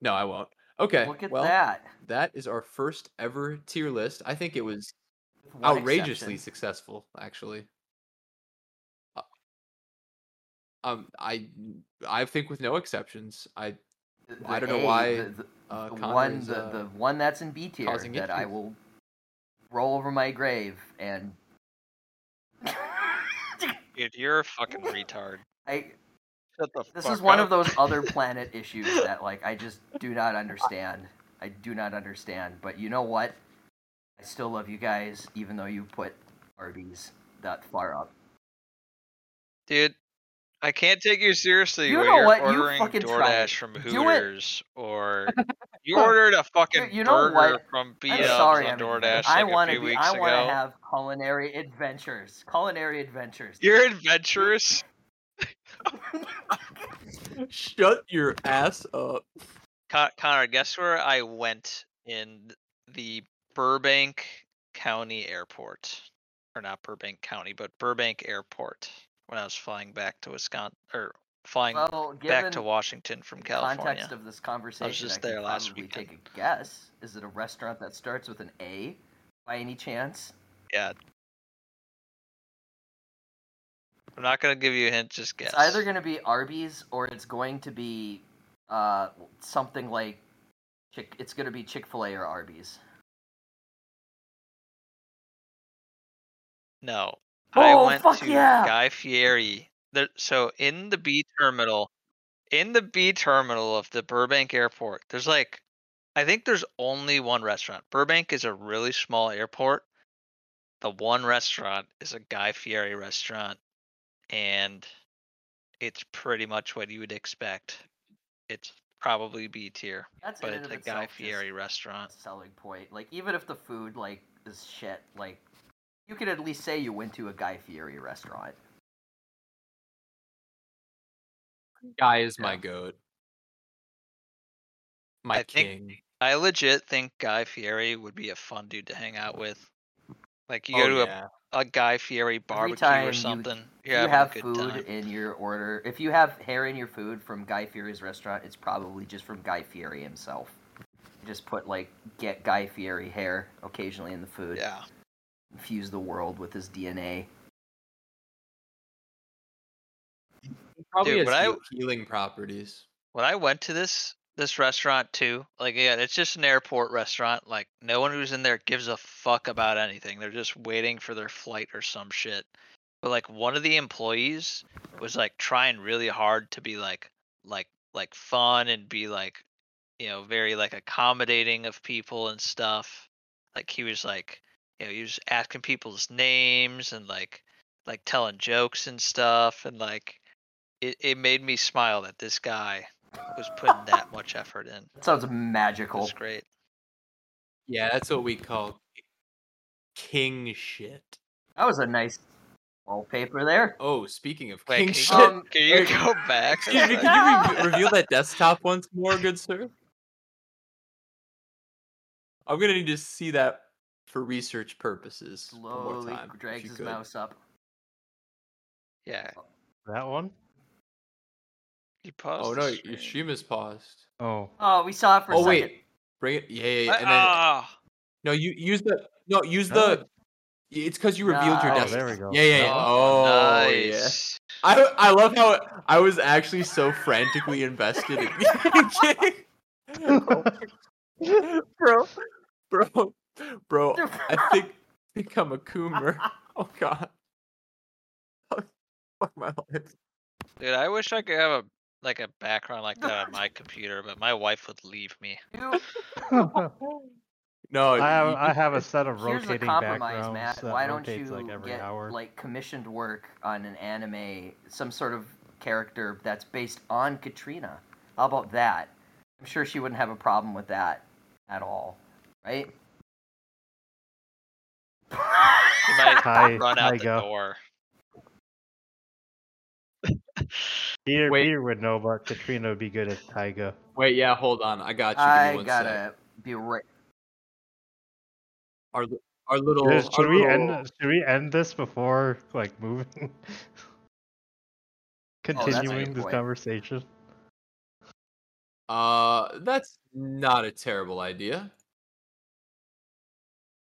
Speaker 4: No, I won't. Okay.
Speaker 3: Look at
Speaker 4: well,
Speaker 3: that.
Speaker 4: that is our first ever tier list. I think it was
Speaker 3: With one
Speaker 4: outrageously
Speaker 3: exception.
Speaker 4: successful, actually. Uh, Um, I I think with no exceptions, I
Speaker 3: The-
Speaker 4: I
Speaker 3: the
Speaker 4: don't know
Speaker 3: A,
Speaker 4: why,
Speaker 3: The, the-
Speaker 4: uh,
Speaker 3: the
Speaker 4: Connor
Speaker 3: one,
Speaker 4: is,
Speaker 3: the,
Speaker 4: uh,
Speaker 3: the one that's in B tier
Speaker 4: causing
Speaker 3: that I
Speaker 4: issues.
Speaker 3: will roll over my grave and.
Speaker 1: Dude, you're a fucking retard.
Speaker 3: I,
Speaker 1: Shut the
Speaker 3: this
Speaker 1: fuck
Speaker 3: is one
Speaker 1: up.
Speaker 3: of those other planet issues that like I just do not understand. I do not understand. But you know what? I still love you guys, even though you put Arby's that far up.
Speaker 1: Dude, I can't take you seriously
Speaker 3: You
Speaker 1: where
Speaker 3: know
Speaker 1: you're
Speaker 3: what? You
Speaker 1: ordering
Speaker 3: fucking try
Speaker 1: DoorDash
Speaker 3: it.
Speaker 1: from
Speaker 3: Do it.
Speaker 1: Hooters or you ordered a fucking
Speaker 3: you know
Speaker 1: burger
Speaker 3: what?
Speaker 1: from B
Speaker 3: I'm
Speaker 1: Dubs
Speaker 3: sorry,
Speaker 1: uh,
Speaker 3: I'm
Speaker 1: on
Speaker 3: ignorant.
Speaker 1: DoorDash
Speaker 3: I
Speaker 1: like
Speaker 3: wanna
Speaker 1: a few
Speaker 3: be,
Speaker 1: weeks
Speaker 3: I want
Speaker 1: ago.
Speaker 3: to have culinary adventures. Culinary adventures.
Speaker 1: You're adventurous.
Speaker 4: shut your ass up.
Speaker 1: Con- Connor, guess where I went in the Burbank County Airport, or not Burbank County, but Burbank Airport when I was flying back to Wisconsin or flying
Speaker 3: well,
Speaker 1: back
Speaker 3: given
Speaker 1: to Washington from
Speaker 3: context
Speaker 1: California.
Speaker 3: of this conversation, I,
Speaker 1: just
Speaker 3: can
Speaker 1: there last
Speaker 3: probably
Speaker 1: weekend.
Speaker 3: take a guess. Is it a restaurant that starts with an A, by any chance?
Speaker 1: yeah. I'm not gonna give you a hint. Just guess.
Speaker 3: It's either going to be Arby's or it's going to be uh, something like Chick. It's going to be Chick Fil A or Arby's.
Speaker 1: No.
Speaker 3: Oh,
Speaker 1: I went
Speaker 3: fuck
Speaker 1: to
Speaker 3: yeah.
Speaker 1: Guy Fieri. There, so in the B terminal, in the B terminal of the Burbank airport, there's like, I think there's only one restaurant. Burbank is a really small airport. The one restaurant is a Guy Fieri restaurant, and it's pretty much what you would expect. It's probably B tier,
Speaker 3: That's
Speaker 1: but
Speaker 3: in and
Speaker 1: it's
Speaker 3: of
Speaker 1: a Guy
Speaker 3: itself just
Speaker 1: Fieri restaurant.
Speaker 3: a selling point. Like even if the food like is shit, like you could at least say you went to a Guy Fieri restaurant.
Speaker 4: Guy is my
Speaker 3: Yeah.
Speaker 4: goat. My
Speaker 1: I
Speaker 4: king.
Speaker 1: think- I legit think Guy Fieri would be a fun dude to hang out with. Like you
Speaker 4: oh,
Speaker 1: go to
Speaker 4: yeah.
Speaker 1: a, a Guy Fieri barbecue
Speaker 3: time you-
Speaker 1: or something.
Speaker 3: If
Speaker 1: you're
Speaker 3: you
Speaker 1: having
Speaker 3: have
Speaker 1: a good
Speaker 3: food
Speaker 1: time.
Speaker 3: in your order, if you have hair in your food from Guy Fieri's restaurant, it's probably just from Guy Fieri himself. Just put like get Guy Fieri hair occasionally in the food.
Speaker 1: Yeah.
Speaker 3: infuse the world with his DNA.
Speaker 4: probably
Speaker 1: Dude,
Speaker 4: has
Speaker 1: when I-
Speaker 4: heal- healing properties.
Speaker 1: When I went to this this restaurant too, like yeah, it's just an airport restaurant. Like no one who's in there gives a fuck about anything. They're just waiting for their flight or some shit. But like one of the employees was like trying really hard to be like like like fun and be like you know very like accommodating of people and stuff like he was like you know he was asking people's names and like like telling jokes and stuff and like it, it made me smile that this guy was putting that much effort in
Speaker 3: That sounds
Speaker 1: It
Speaker 3: magical.
Speaker 1: was great
Speaker 4: Yeah, that's what we call king shit.
Speaker 3: That was a nice wallpaper there.
Speaker 4: Oh, speaking of
Speaker 1: Wait,
Speaker 4: king
Speaker 1: can you-
Speaker 4: shit,
Speaker 3: Um,
Speaker 1: can you
Speaker 4: Eric,
Speaker 1: go back a
Speaker 4: excuse me,
Speaker 1: sec?
Speaker 4: can you re- reveal that desktop once more, good sir? I'm gonna need to see that for research purposes. one more
Speaker 3: Slowly
Speaker 4: time, if
Speaker 3: drags
Speaker 4: you
Speaker 3: his
Speaker 4: could.
Speaker 3: mouse up.
Speaker 1: yeah
Speaker 2: That one?
Speaker 1: You paused.
Speaker 4: Oh
Speaker 1: the
Speaker 4: no,
Speaker 1: stream.
Speaker 4: your stream is paused.
Speaker 2: Oh,
Speaker 3: Oh, we saw it for a
Speaker 4: oh
Speaker 3: second. Uh-uh.
Speaker 4: wait, bring it. Yeah, yeah, yeah,
Speaker 1: I-
Speaker 4: and then
Speaker 1: ah,
Speaker 4: no, you use the no, use
Speaker 2: No.
Speaker 4: the. It's because you revealed your
Speaker 3: Nice.
Speaker 4: death.
Speaker 2: oh, there we go.
Speaker 4: Yeah, yeah, yeah. Oh, yeah.
Speaker 1: nice.
Speaker 4: I I love how I was actually so frantically invested in bro, bro, bro. I think think I'm a coomer. Oh god. Oh, Fuck my life.
Speaker 1: Dude, I wish I could have a like a background like that on my computer, but my wife would leave me.
Speaker 3: You-
Speaker 4: No,
Speaker 2: I have
Speaker 4: you-
Speaker 2: I have a set of
Speaker 3: Here's a
Speaker 2: rotating
Speaker 3: compromise,
Speaker 2: backgrounds
Speaker 3: Matt.
Speaker 2: that
Speaker 3: Why don't you
Speaker 2: rotates like every
Speaker 3: get
Speaker 2: hour.
Speaker 3: like commissioned work on an anime, some sort of character that's based on Katrina? How about that? I'm sure she wouldn't have a problem with that at all, right?
Speaker 1: She might
Speaker 2: Hi,
Speaker 1: run
Speaker 2: hi,
Speaker 1: out the
Speaker 2: go.
Speaker 1: door.
Speaker 2: Peter,
Speaker 4: Wait.
Speaker 2: Peter would know, but Katrina would be good at Taiga.
Speaker 4: wait, yeah, hold on. I got you. Give me
Speaker 3: I
Speaker 4: one sec.
Speaker 3: gotta be right.
Speaker 4: Our li- our little.
Speaker 2: Should-
Speaker 4: our
Speaker 2: should we
Speaker 4: little-
Speaker 2: end? Should we end this before like moving?
Speaker 3: that's a good
Speaker 2: Continuing this
Speaker 3: point.
Speaker 2: conversation.
Speaker 4: Uh, that's not a terrible idea.